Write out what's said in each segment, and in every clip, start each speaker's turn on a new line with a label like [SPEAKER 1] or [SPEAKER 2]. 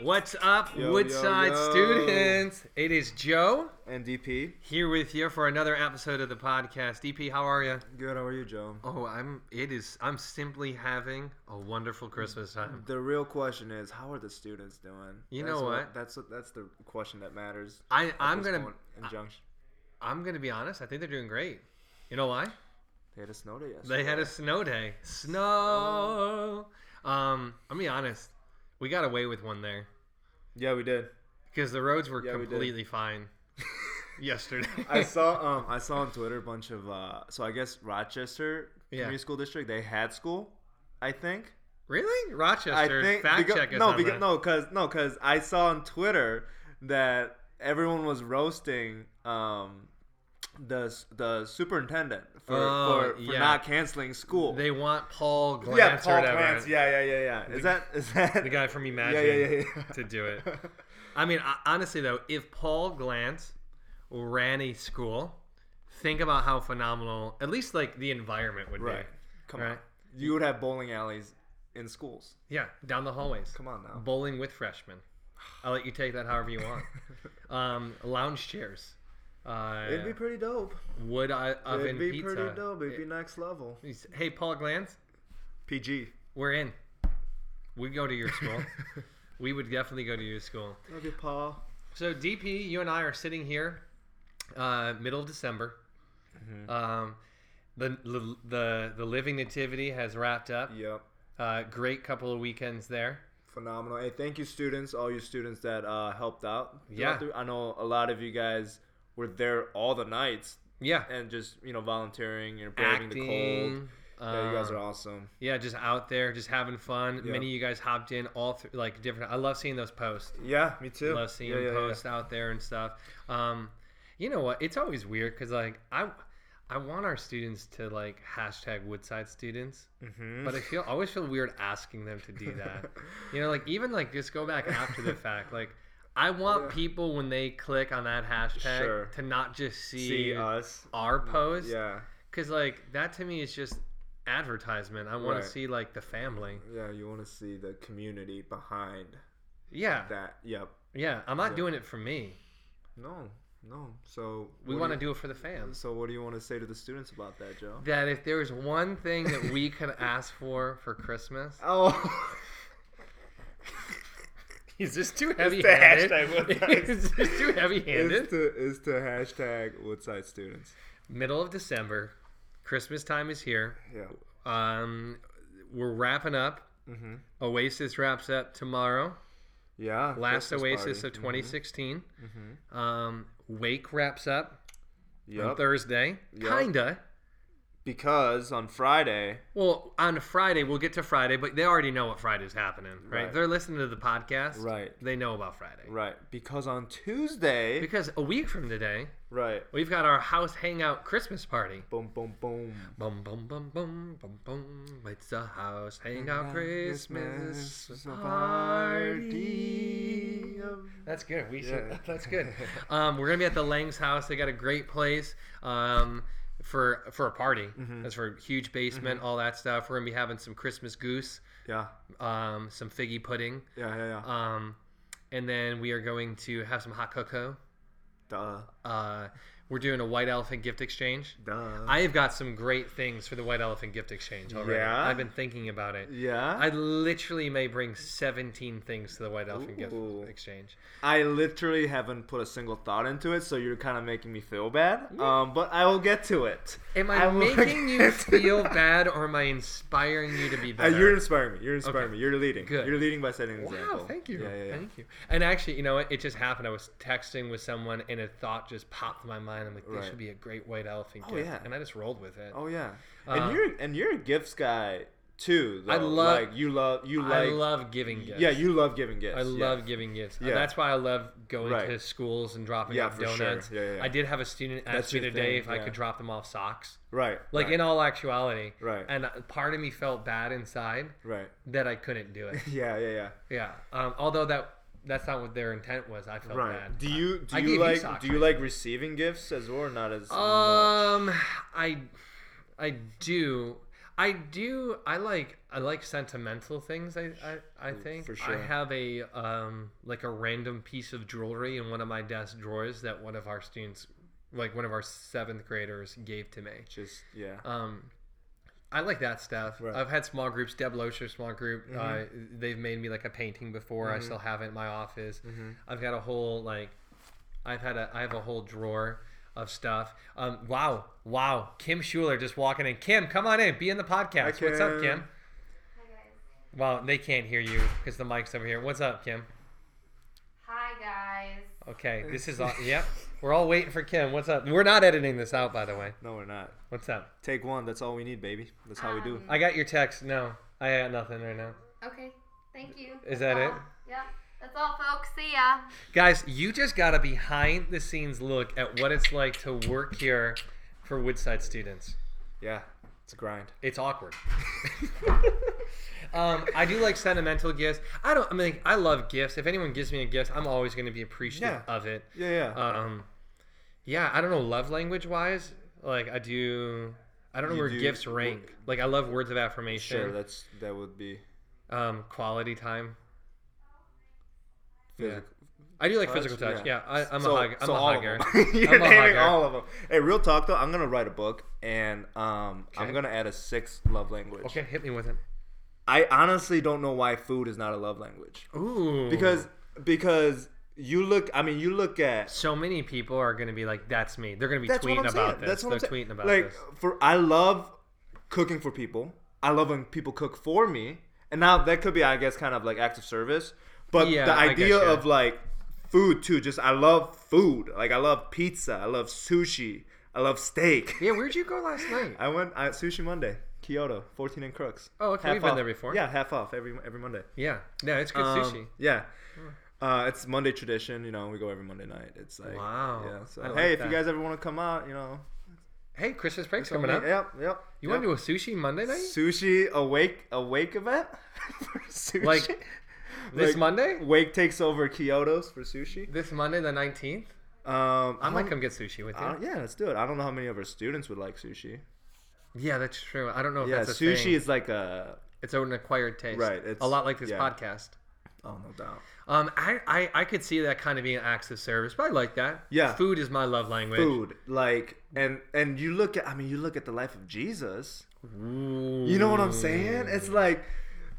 [SPEAKER 1] What's up,
[SPEAKER 2] Yo, yo,
[SPEAKER 1] Woodside
[SPEAKER 2] yo.
[SPEAKER 1] students? It is Joe
[SPEAKER 2] NDP.
[SPEAKER 1] here with you for another episode of the podcast. DP, how are you?
[SPEAKER 2] Good, how are you, Joe?
[SPEAKER 1] Oh, I'm. It is. I'm simply having a wonderful Christmas time.
[SPEAKER 2] The real question is, how are the students doing?
[SPEAKER 1] You
[SPEAKER 2] That's
[SPEAKER 1] know what?
[SPEAKER 2] That's what, that's the question that matters.
[SPEAKER 1] I,
[SPEAKER 2] at
[SPEAKER 1] I'm
[SPEAKER 2] this
[SPEAKER 1] gonna.
[SPEAKER 2] point in junction.
[SPEAKER 1] I'm gonna be honest. I think they're doing great. You know why?
[SPEAKER 2] They had a snow day yesterday.
[SPEAKER 1] They had a snow day. Snow. Um, I'm be honest. We got away with one there
[SPEAKER 2] Yeah, we did.
[SPEAKER 1] because the roads were
[SPEAKER 2] Yeah, we did.
[SPEAKER 1] completely fine yesterday.
[SPEAKER 2] I saw um I saw on Twitter a bunch of uh so I guess Rochester
[SPEAKER 1] Yeah.
[SPEAKER 2] Community School District they had school, I think.
[SPEAKER 1] really Rochester.
[SPEAKER 2] I think
[SPEAKER 1] fact
[SPEAKER 2] because,
[SPEAKER 1] check us
[SPEAKER 2] no
[SPEAKER 1] on
[SPEAKER 2] because
[SPEAKER 1] that.
[SPEAKER 2] no because no because I saw on Twitter that everyone was roasting um the s- the superintendent for
[SPEAKER 1] Oh,
[SPEAKER 2] for, for
[SPEAKER 1] yeah.
[SPEAKER 2] not canceling school.
[SPEAKER 1] They want Paul Glantz
[SPEAKER 2] yeah,
[SPEAKER 1] or
[SPEAKER 2] Paul
[SPEAKER 1] whatever.
[SPEAKER 2] Clance. Yeah, yeah, yeah, yeah. Is that is that
[SPEAKER 1] The guy from Imagine
[SPEAKER 2] Yeah, yeah, yeah. yeah.
[SPEAKER 1] to do it. I mean, I, honestly though, if Paul Glantz ran a school, think about how phenomenal at least like the environment would
[SPEAKER 2] right. Come on.
[SPEAKER 1] Right.
[SPEAKER 2] You would have bowling alleys in schools.
[SPEAKER 1] be. Yeah, down the hallways.
[SPEAKER 2] Come on now.
[SPEAKER 1] Bowling with freshmen. I'll let you take that however you want. um, lounge chairs. Uh,
[SPEAKER 2] It'd be pretty dope.
[SPEAKER 1] would I oven
[SPEAKER 2] It'd be
[SPEAKER 1] pizza?
[SPEAKER 2] pretty dope. It'd be next level.
[SPEAKER 1] He's- Hey, Paul Glantz,
[SPEAKER 2] PG.
[SPEAKER 1] we're in. We go to your school. we would definitely go to your school.
[SPEAKER 2] Love you, Paul.
[SPEAKER 1] So DP, you and I are sitting here, uh, middle of December.
[SPEAKER 2] Mm-hmm.
[SPEAKER 1] Um, the, the the the living nativity has wrapped up.
[SPEAKER 2] Yep.
[SPEAKER 1] Uh, great couple of weekends there.
[SPEAKER 2] Phenomenal. Hey, thank you, students. All you students that uh, helped out.
[SPEAKER 1] Yeah.
[SPEAKER 2] throughout the- I know a lot of you guys were there all the nights
[SPEAKER 1] Yeah,
[SPEAKER 2] and just you know volunteering and braving
[SPEAKER 1] acting.
[SPEAKER 2] the cold. yeah, you guys
[SPEAKER 1] um,
[SPEAKER 2] are awesome.
[SPEAKER 1] yeah, just out there, just having fun.
[SPEAKER 2] Yeah.
[SPEAKER 1] Many of you guys hopped in all through, like different. I love seeing those posts.
[SPEAKER 2] Yeah, me too.
[SPEAKER 1] Love seeing
[SPEAKER 2] yeah, yeah, yeah.
[SPEAKER 1] posts out there and stuff. Um, you know what? It's always weird because like I, I want our students to like hashtag Woodside students,
[SPEAKER 2] Mhm.
[SPEAKER 1] but I feel always feel weird asking them to do that. you know, like even like just go back after the fact. Like I want people when they click on that hashtag
[SPEAKER 2] Sure.
[SPEAKER 1] to not just see,
[SPEAKER 2] See us.
[SPEAKER 1] our post,
[SPEAKER 2] Yeah,
[SPEAKER 1] because like that to me is just advertisement. I want
[SPEAKER 2] Right.
[SPEAKER 1] to see like the family.
[SPEAKER 2] yeah. You want to see the community behind
[SPEAKER 1] Yeah,
[SPEAKER 2] that. Yep.
[SPEAKER 1] yeah. I'm not doing it for me.
[SPEAKER 2] No, no. So
[SPEAKER 1] We
[SPEAKER 2] what
[SPEAKER 1] want to
[SPEAKER 2] you-
[SPEAKER 1] do it for the fans.
[SPEAKER 2] So what do you want to say to the students about that, Joe?
[SPEAKER 1] that if there was one thing that we could ask for for Christmas,
[SPEAKER 2] Oh.
[SPEAKER 1] is this too
[SPEAKER 2] heavy-handed?
[SPEAKER 1] is this too
[SPEAKER 2] Is
[SPEAKER 1] heavy-handed?
[SPEAKER 2] to, is to hashtag Woodside students.
[SPEAKER 1] Middle of December, Christmas time is here.
[SPEAKER 2] Yeah.
[SPEAKER 1] Um, we're wrapping up.
[SPEAKER 2] Mm-hmm.
[SPEAKER 1] Oasis wraps up tomorrow.
[SPEAKER 2] Yeah.
[SPEAKER 1] Last
[SPEAKER 2] Christmas
[SPEAKER 1] Oasis
[SPEAKER 2] party. Mm-hmm.
[SPEAKER 1] of 2016. Um, Wake wraps up on
[SPEAKER 2] Yep.
[SPEAKER 1] Thursday.
[SPEAKER 2] Yup.
[SPEAKER 1] Kinda.
[SPEAKER 2] because on Friday,
[SPEAKER 1] Well, on Friday we'll get to Friday, but they already know what Friday's happening, right?
[SPEAKER 2] Right.
[SPEAKER 1] They're listening to the podcast.
[SPEAKER 2] Right.
[SPEAKER 1] They know about Friday.
[SPEAKER 2] right? Because on Tuesday,
[SPEAKER 1] Because a week from today,
[SPEAKER 2] right?
[SPEAKER 1] We've got our house hangout Christmas party.
[SPEAKER 2] Boom, boom, boom.
[SPEAKER 1] Bum bum bum bum bum bum. It's a house hangout Christmas party. That's good. We should.
[SPEAKER 2] Yeah.
[SPEAKER 1] That's good. Um, we're gonna be at the Lang's house. They got a great place. Um, for for a party. That's for a huge basement, all that stuff. We're gonna be having some Christmas goose,
[SPEAKER 2] Yeah,
[SPEAKER 1] um, some figgy pudding,
[SPEAKER 2] yeah, yeah, yeah.
[SPEAKER 1] um, and then we are going to have some hot cocoa.
[SPEAKER 2] duh,
[SPEAKER 1] Uh, we're doing a white elephant gift exchange.
[SPEAKER 2] duh.
[SPEAKER 1] I have got some great things for the White Elephant Gift Exchange already.
[SPEAKER 2] Yeah?
[SPEAKER 1] I've been thinking about it.
[SPEAKER 2] yeah,
[SPEAKER 1] I literally may bring 17 things to the White Elephant
[SPEAKER 2] Ooh.
[SPEAKER 1] Gift Exchange.
[SPEAKER 2] I, literally haven't put a single thought into it, so you're kind of making me feel bad. Um, but I will get to it.
[SPEAKER 1] Am I,
[SPEAKER 2] I will
[SPEAKER 1] making you
[SPEAKER 2] get to
[SPEAKER 1] feel
[SPEAKER 2] that.
[SPEAKER 1] bad or am I inspiring you to be
[SPEAKER 2] Uh,
[SPEAKER 1] better?
[SPEAKER 2] you're inspiring me. You're inspiring
[SPEAKER 1] Okay.
[SPEAKER 2] me. You're leading.
[SPEAKER 1] Good.
[SPEAKER 2] You're leading by setting an example.
[SPEAKER 1] Wow, thank you.
[SPEAKER 2] Yeah, yeah, yeah.
[SPEAKER 1] Thank you. And actually, you know what? It just happened. I was texting with someone and a thought just popped in my mind. I'm like, this
[SPEAKER 2] Right.
[SPEAKER 1] should be a great white elephant
[SPEAKER 2] Oh,
[SPEAKER 1] gift.
[SPEAKER 2] yeah.
[SPEAKER 1] And I just rolled with it.
[SPEAKER 2] Oh yeah,
[SPEAKER 1] Uh,
[SPEAKER 2] and you're and you're a gifts guy too. Though.
[SPEAKER 1] I love-
[SPEAKER 2] like you love you like
[SPEAKER 1] I love giving gifts.
[SPEAKER 2] yeah you love giving gifts.
[SPEAKER 1] I
[SPEAKER 2] yeah.
[SPEAKER 1] love giving gifts.
[SPEAKER 2] Yeah.
[SPEAKER 1] That's why I love going
[SPEAKER 2] Right.
[SPEAKER 1] to schools and dropping
[SPEAKER 2] Yeah,
[SPEAKER 1] off
[SPEAKER 2] for sure.
[SPEAKER 1] donuts.
[SPEAKER 2] Yeah, yeah, yeah.
[SPEAKER 1] I did have a student ask
[SPEAKER 2] That's
[SPEAKER 1] me
[SPEAKER 2] your
[SPEAKER 1] today
[SPEAKER 2] thing,
[SPEAKER 1] if I
[SPEAKER 2] yeah.
[SPEAKER 1] could drop them off socks.
[SPEAKER 2] right
[SPEAKER 1] Like
[SPEAKER 2] right,
[SPEAKER 1] in all actuality.
[SPEAKER 2] Right.
[SPEAKER 1] And part of me felt bad inside
[SPEAKER 2] right
[SPEAKER 1] that I couldn't do it.
[SPEAKER 2] yeah yeah yeah
[SPEAKER 1] yeah. Um, although that that's not what their intent was. I felt
[SPEAKER 2] right.
[SPEAKER 1] bad.
[SPEAKER 2] Do you do
[SPEAKER 1] Oh, I gave
[SPEAKER 2] you
[SPEAKER 1] you
[SPEAKER 2] like
[SPEAKER 1] socks, Uh,
[SPEAKER 2] do you like receiving gifts as well or not as much?
[SPEAKER 1] Um, I I Um, do. I do. I like. I like sentimental things. I. I, I think.
[SPEAKER 2] Mm, for sure.
[SPEAKER 1] I have a um like a random piece of jewelry in one of my desk drawers that one of our students, like one of our seventh graders, gave to me.
[SPEAKER 2] Just yeah.
[SPEAKER 1] Um, I like that stuff.
[SPEAKER 2] Right.
[SPEAKER 1] I've had small groups. Deb Locher small group. Uh, they've made me like a painting before. I still have it in my office. I've got a whole like, I've had a I have a whole drawer of stuff. Um, wow, wow. Kim Schuler just walking in. Kim, come on in. Be in the podcast. What's up, Kim?
[SPEAKER 2] Kim.
[SPEAKER 3] Hi guys.
[SPEAKER 1] Well, they can't hear you because the mic's over here. What's up, Kim?
[SPEAKER 3] Hi guys.
[SPEAKER 1] Okay, this is all. yep, we're all waiting for Kim. What's up? We're not editing this out, by the way.
[SPEAKER 2] no, we're not.
[SPEAKER 1] What's up?
[SPEAKER 2] Take one. That's all we need, baby. That's how we do.
[SPEAKER 3] Um,
[SPEAKER 1] I got your text. No, I got nothing right now.
[SPEAKER 3] Okay. Thank you.
[SPEAKER 1] Is
[SPEAKER 3] That's
[SPEAKER 1] that
[SPEAKER 3] all.
[SPEAKER 1] it?
[SPEAKER 3] Yep. That's all, folks. See ya.
[SPEAKER 1] Guys, you just got a behind the scenes look at what it's like to work here for Woodside students.
[SPEAKER 2] Yeah, it's a grind.
[SPEAKER 1] It's awkward. um, I do like sentimental gifts. I don't. I mean, I love gifts. If anyone gives me a gift, I'm always going to be appreciative
[SPEAKER 2] Yeah.
[SPEAKER 1] of it.
[SPEAKER 2] Yeah, yeah.
[SPEAKER 1] Um, yeah, I don't know. Love language wise, like I do. I don't know
[SPEAKER 2] You
[SPEAKER 1] where
[SPEAKER 2] do-
[SPEAKER 1] gifts rank. Like I love words of affirmation.
[SPEAKER 2] sure, that's that would be
[SPEAKER 1] um, quality time. Yeah.
[SPEAKER 2] physical.
[SPEAKER 1] I do like
[SPEAKER 2] Touch,
[SPEAKER 1] physical touch.
[SPEAKER 2] yeah.
[SPEAKER 1] Yeah, I, I'm
[SPEAKER 2] So-
[SPEAKER 1] a hug. I'm
[SPEAKER 2] so
[SPEAKER 1] a
[SPEAKER 2] all of
[SPEAKER 1] hugger.
[SPEAKER 2] them. You're
[SPEAKER 1] I'm a
[SPEAKER 2] naming
[SPEAKER 1] hugger.
[SPEAKER 2] all of them. Hey, real talk though, I'm gonna write a book, and um,
[SPEAKER 1] Okay.
[SPEAKER 2] I'm gonna add a sixth love language.
[SPEAKER 1] Okay, hit me with it.
[SPEAKER 2] I honestly don't know why food is not a love language
[SPEAKER 1] Ooh.
[SPEAKER 2] because because you look. I mean, you look at
[SPEAKER 1] so many people are going to be like, "That's me." They're going to be
[SPEAKER 2] that's what
[SPEAKER 1] tweeting
[SPEAKER 2] I'm
[SPEAKER 1] about
[SPEAKER 2] saying.
[SPEAKER 1] this.
[SPEAKER 2] That's what
[SPEAKER 1] They're
[SPEAKER 2] I'm saying.
[SPEAKER 1] tweeting about
[SPEAKER 2] like
[SPEAKER 1] this.
[SPEAKER 2] for I love cooking for people. I love when people cook for me, and now that could be, I guess, kind of like acts of service. But
[SPEAKER 1] Yeah,
[SPEAKER 2] the
[SPEAKER 1] I get
[SPEAKER 2] idea
[SPEAKER 1] you.
[SPEAKER 2] of like food too. Just I love food. Like I love pizza. I love sushi. I love steak.
[SPEAKER 1] Yeah, where'd you go last night?
[SPEAKER 2] I went I, sushi Monday, Kyoto, 14 and Crooks.
[SPEAKER 1] Oh, okay,
[SPEAKER 2] Half
[SPEAKER 1] we've been
[SPEAKER 2] off.
[SPEAKER 1] there before.
[SPEAKER 2] Yeah, half off every every Monday.
[SPEAKER 1] yeah, no, it's good
[SPEAKER 2] Um,
[SPEAKER 1] sushi.
[SPEAKER 2] Yeah. Uh, it's Monday tradition, you know. We go every Monday night. It's like,
[SPEAKER 1] Wow.
[SPEAKER 2] yeah. So
[SPEAKER 1] I like
[SPEAKER 2] hey, if
[SPEAKER 1] that.
[SPEAKER 2] you guys ever want to come out, you know,
[SPEAKER 1] Hey, Christmas break's coming up.
[SPEAKER 2] Yep, yep.
[SPEAKER 1] You
[SPEAKER 2] yep.
[SPEAKER 1] want to do a sushi Monday night?
[SPEAKER 2] sushi awake awake event for sushi?
[SPEAKER 1] Like, this
[SPEAKER 2] Like,
[SPEAKER 1] Monday?
[SPEAKER 2] Wake takes over Kyoto's for sushi.
[SPEAKER 1] This Monday, the nineteenth.
[SPEAKER 2] Um,
[SPEAKER 1] I might
[SPEAKER 2] don't-
[SPEAKER 1] come get sushi with you.
[SPEAKER 2] I don't- yeah, let's do it. I don't know how many of our students would like sushi.
[SPEAKER 1] yeah, that's true. I don't know if
[SPEAKER 2] Yeah,
[SPEAKER 1] that's a sushi
[SPEAKER 2] sushi
[SPEAKER 1] thing.
[SPEAKER 2] is like a
[SPEAKER 1] It's an acquired taste.
[SPEAKER 2] Right, it's-
[SPEAKER 1] a lot like this
[SPEAKER 2] yeah.
[SPEAKER 1] podcast.
[SPEAKER 2] oh no doubt.
[SPEAKER 1] Um, I, I I could see that kind of being acts of service, but I like that.
[SPEAKER 2] Yeah.
[SPEAKER 1] food is my love language.
[SPEAKER 2] food like and and you look at i mean you look at the life of jesus
[SPEAKER 1] Ooh.
[SPEAKER 2] you know what i'm saying it's like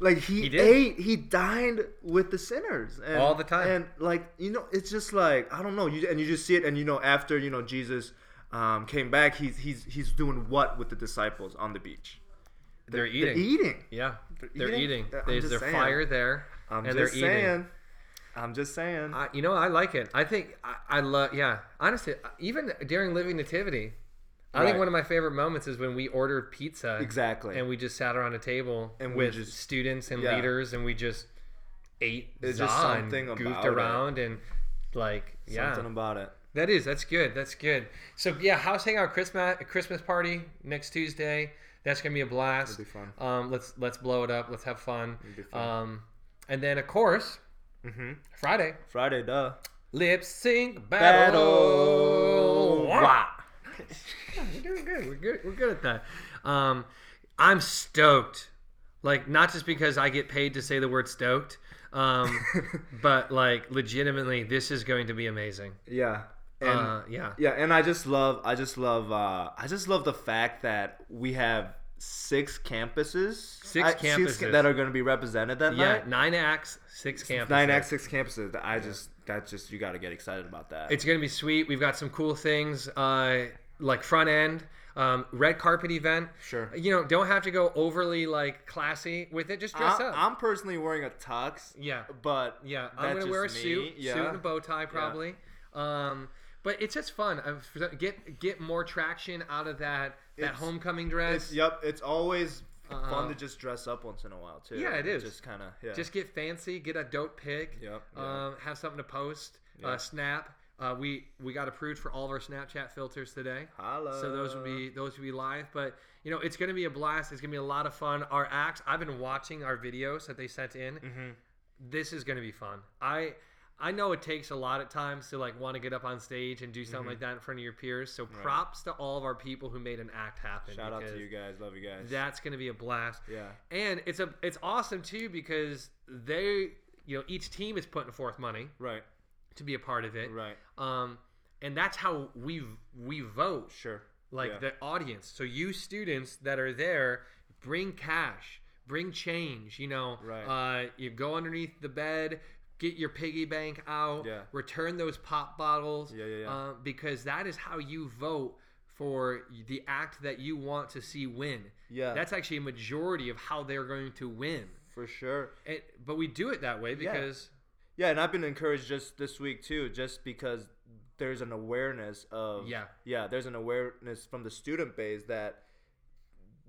[SPEAKER 2] like he,
[SPEAKER 1] Mm. He did.
[SPEAKER 2] ate he dined with the sinners and,
[SPEAKER 1] All the time.
[SPEAKER 2] and like you know it's just like i don't know you and you just see it and you know after you know jesus um, came back he's he's he's doing what with the disciples on the beach
[SPEAKER 1] They're
[SPEAKER 2] they're
[SPEAKER 1] eating.
[SPEAKER 2] eating
[SPEAKER 1] Yeah,
[SPEAKER 2] They're
[SPEAKER 1] they're
[SPEAKER 2] eating?
[SPEAKER 1] eating.
[SPEAKER 2] I'm
[SPEAKER 1] There's
[SPEAKER 2] just
[SPEAKER 1] their
[SPEAKER 2] saying.
[SPEAKER 1] fire there,
[SPEAKER 2] i'm
[SPEAKER 1] and
[SPEAKER 2] just
[SPEAKER 1] they're eating.
[SPEAKER 2] saying i'm just saying
[SPEAKER 1] I, you know, I like it. I think I, I love. Yeah, honestly, even during Living Nativity, I think
[SPEAKER 2] Right.
[SPEAKER 1] one of my favorite moments is when we ordered pizza.
[SPEAKER 2] Exactly.
[SPEAKER 1] And we just sat around a table
[SPEAKER 2] And we
[SPEAKER 1] with
[SPEAKER 2] just-
[SPEAKER 1] students and
[SPEAKER 2] yeah.
[SPEAKER 1] leaders, and we just ate.
[SPEAKER 2] There's just
[SPEAKER 1] za and
[SPEAKER 2] something
[SPEAKER 1] goofed
[SPEAKER 2] about it.
[SPEAKER 1] around and like yeah,
[SPEAKER 2] something about it
[SPEAKER 1] that is that's good. That's good. So yeah, house hangout Christmas Christmas party next Tuesday. That's gonna be a blast.
[SPEAKER 2] It'll be fun.
[SPEAKER 1] Um, let's let's blow it up. Let's have fun.
[SPEAKER 2] be fun.
[SPEAKER 1] Um, and then of course,
[SPEAKER 2] Mhm.
[SPEAKER 1] Friday
[SPEAKER 2] friday duh
[SPEAKER 1] lip sync battle.
[SPEAKER 2] battle
[SPEAKER 1] Wah. We're doing good. We're good. We're good at that. Um, I'm stoked. Like not just because I get paid to say the word stoked, um, but like legitimately, this is going to be amazing.
[SPEAKER 2] yeah and
[SPEAKER 1] uh, yeah.
[SPEAKER 2] Yeah, and I just love I just love uh I just love the fact that we have six campuses.
[SPEAKER 1] Six
[SPEAKER 2] I-
[SPEAKER 1] campuses.
[SPEAKER 2] that are going to be represented that
[SPEAKER 1] Yeah,
[SPEAKER 2] night.
[SPEAKER 1] nine acts, six campuses.
[SPEAKER 2] Nine X six campuses. That I just that just you got to get excited about that.
[SPEAKER 1] It's gonna be sweet. We've got some cool things, uh, like front end, um, red carpet event.
[SPEAKER 2] Sure.
[SPEAKER 1] You know, don't have to go overly like classy with it. Just dress
[SPEAKER 2] I,
[SPEAKER 1] up.
[SPEAKER 2] I'm personally wearing a tux.
[SPEAKER 1] yeah,
[SPEAKER 2] But
[SPEAKER 1] yeah.
[SPEAKER 2] that's
[SPEAKER 1] I'm gonna
[SPEAKER 2] just
[SPEAKER 1] wear a
[SPEAKER 2] me.
[SPEAKER 1] suit,
[SPEAKER 2] Yeah.
[SPEAKER 1] suit and a bow tie probably. Um, but it's just fun. I've, get get more traction out of that that
[SPEAKER 2] It's-
[SPEAKER 1] homecoming
[SPEAKER 2] It's,
[SPEAKER 1] dress.
[SPEAKER 2] yep, it's always
[SPEAKER 1] Uh-huh.
[SPEAKER 2] fun to just dress up once in a while too.
[SPEAKER 1] Yeah, it is.
[SPEAKER 2] Just kind of yeah.
[SPEAKER 1] Just get fancy, get a dope pic.
[SPEAKER 2] Yep, yeah.
[SPEAKER 1] Um, have something to post.
[SPEAKER 2] Yeah.
[SPEAKER 1] Uh, snap. Uh, we we got approved for all of our Snapchat filters today.
[SPEAKER 2] Holla.
[SPEAKER 1] uh, So those would
[SPEAKER 2] Uh.
[SPEAKER 1] be those would be live, but you know it's gonna be a blast. It's gonna be a lot of fun. Our
[SPEAKER 2] Mm-hmm.
[SPEAKER 1] acts. I've been watching our videos that they sent in. This is gonna be fun. I I know it takes a lot at times to like want to get up on stage and do something
[SPEAKER 2] Mm-hmm.
[SPEAKER 1] like that in front of your peers. So props to all of our people who made an act happen.
[SPEAKER 2] Shout out to
[SPEAKER 1] because
[SPEAKER 2] you guys. Love you guys.
[SPEAKER 1] That's gonna be a blast.
[SPEAKER 2] Yeah.
[SPEAKER 1] And it's a it's awesome too because they you know each team is putting forth money
[SPEAKER 2] Right.
[SPEAKER 1] to be a part of it.
[SPEAKER 2] Right.
[SPEAKER 1] Um, and that's how we we vote
[SPEAKER 2] Sure.
[SPEAKER 1] like
[SPEAKER 2] Yeah.
[SPEAKER 1] the audience. So you students that are there, bring cash, bring change. You know,
[SPEAKER 2] Right.
[SPEAKER 1] uh, you go underneath the bed, get your piggy bank out,
[SPEAKER 2] Yeah.
[SPEAKER 1] return those pop bottles,
[SPEAKER 2] Yeah, yeah, yeah.
[SPEAKER 1] uh, because that is how you vote for the act that you want to see win.
[SPEAKER 2] Yeah.
[SPEAKER 1] that's actually a majority of how they're going to win.
[SPEAKER 2] for sure.
[SPEAKER 1] And, but we do it that way because
[SPEAKER 2] Yeah, and I've been encouraged just this week too, just because there's an awareness of
[SPEAKER 1] Yeah.
[SPEAKER 2] yeah, there's an awareness from the student base that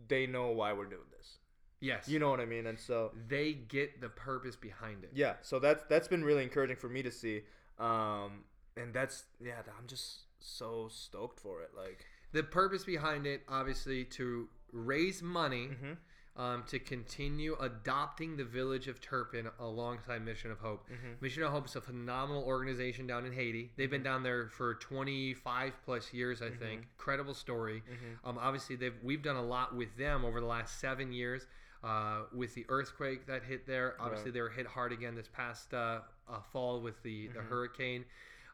[SPEAKER 2] they know why we're doing this.
[SPEAKER 1] yes,
[SPEAKER 2] You know what I mean? And so
[SPEAKER 1] they get the purpose behind it.
[SPEAKER 2] yeah, so that's that's been really encouraging for me to see, um, and that's yeah, I'm just so stoked for it. Like
[SPEAKER 1] the purpose behind it obviously to raise money
[SPEAKER 2] Mm-hmm.
[SPEAKER 1] um, to continue adopting the village of turpin alongside mission of hope mission of hope is a phenomenal organization down in haiti they've been down there for 25 plus years i think incredible story um, obviously they've, we've done a lot with them over the last seven years uh, with the earthquake that hit there obviously they were hit hard again this past uh, uh, fall with the, the hurricane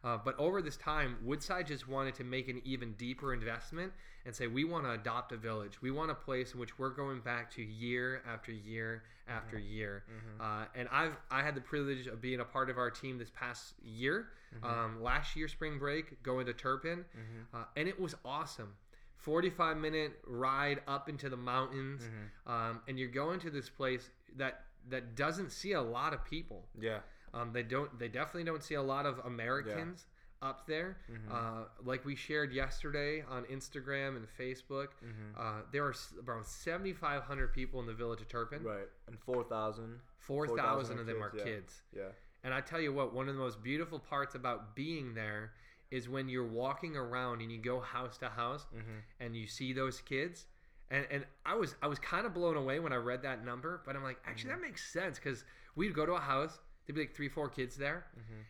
[SPEAKER 1] uh, but over this time, Woodside just wanted to make an even deeper investment and say, we want to adopt a village. We want a place in which we're going back to year after year after year. Uh, and I've I had the privilege of being a part of our team this past year, um, last year spring break, going to Turpin, uh, and it was awesome. 45 minute ride up into the mountains, um, and you're going to this place that that doesn't see a lot of people.
[SPEAKER 2] yeah,
[SPEAKER 1] Um, they don't. They definitely don't see a lot of Americans up there. Uh, like we shared yesterday on Instagram and Facebook,
[SPEAKER 2] mm-hmm.
[SPEAKER 1] uh, there are s- around 7,500 people in the village of Turpin.
[SPEAKER 2] right, and four thousand.
[SPEAKER 1] 4,000 of them are
[SPEAKER 2] yeah.
[SPEAKER 1] kids.
[SPEAKER 2] Yeah,
[SPEAKER 1] And I tell you what, one of the most beautiful parts about being there is when you're walking around and you go house to house and you see those kids. And, and I was I was kind of blown away when I read that number, but I'm like, actually, that makes sense because we'd go to a house, there'd be like three, four kids there,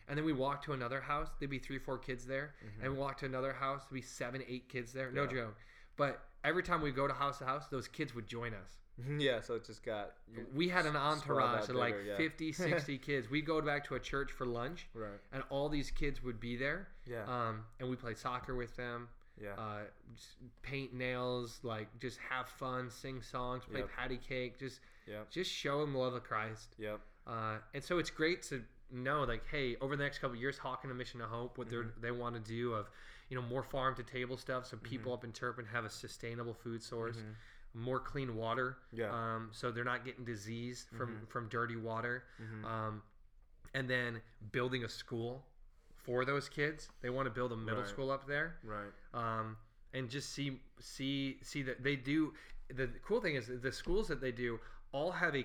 [SPEAKER 1] and then we walk to another house, there'd be three, four kids there, and we walk to another house, there'd be seven, eight kids there, no joke. But every time we go to house to house, those kids would join us
[SPEAKER 2] yeah. So it just got
[SPEAKER 1] we had an entourage
[SPEAKER 2] out
[SPEAKER 1] of like
[SPEAKER 2] bigger, yeah.
[SPEAKER 1] 50 60 kids we'd go back to a church for lunch
[SPEAKER 2] Right.
[SPEAKER 1] and all these kids would be there
[SPEAKER 2] Yeah.
[SPEAKER 1] um, and we played soccer with them
[SPEAKER 2] Yeah.
[SPEAKER 1] uh, just paint nails like just have fun sing songs play
[SPEAKER 2] Yep.
[SPEAKER 1] patty cake just
[SPEAKER 2] Yep.
[SPEAKER 1] just show them the love of christ
[SPEAKER 2] yep.
[SPEAKER 1] uh, and so it's great to know like hey over the next couple of years hawking a mission of hope what they're
[SPEAKER 2] Mm-hmm.
[SPEAKER 1] they want to do of you know more farm to table stuff so people up in turpin have a sustainable food source more clean water
[SPEAKER 2] Mm-hmm. Yeah. Mm-hmm.
[SPEAKER 1] um, so they're not getting disease from from dirty water um, and then building a school for those kids they want to build a middle
[SPEAKER 2] Right.
[SPEAKER 1] school up there
[SPEAKER 2] Right.
[SPEAKER 1] um, and just see see see that they do. The cool thing is that the schools that they do all have a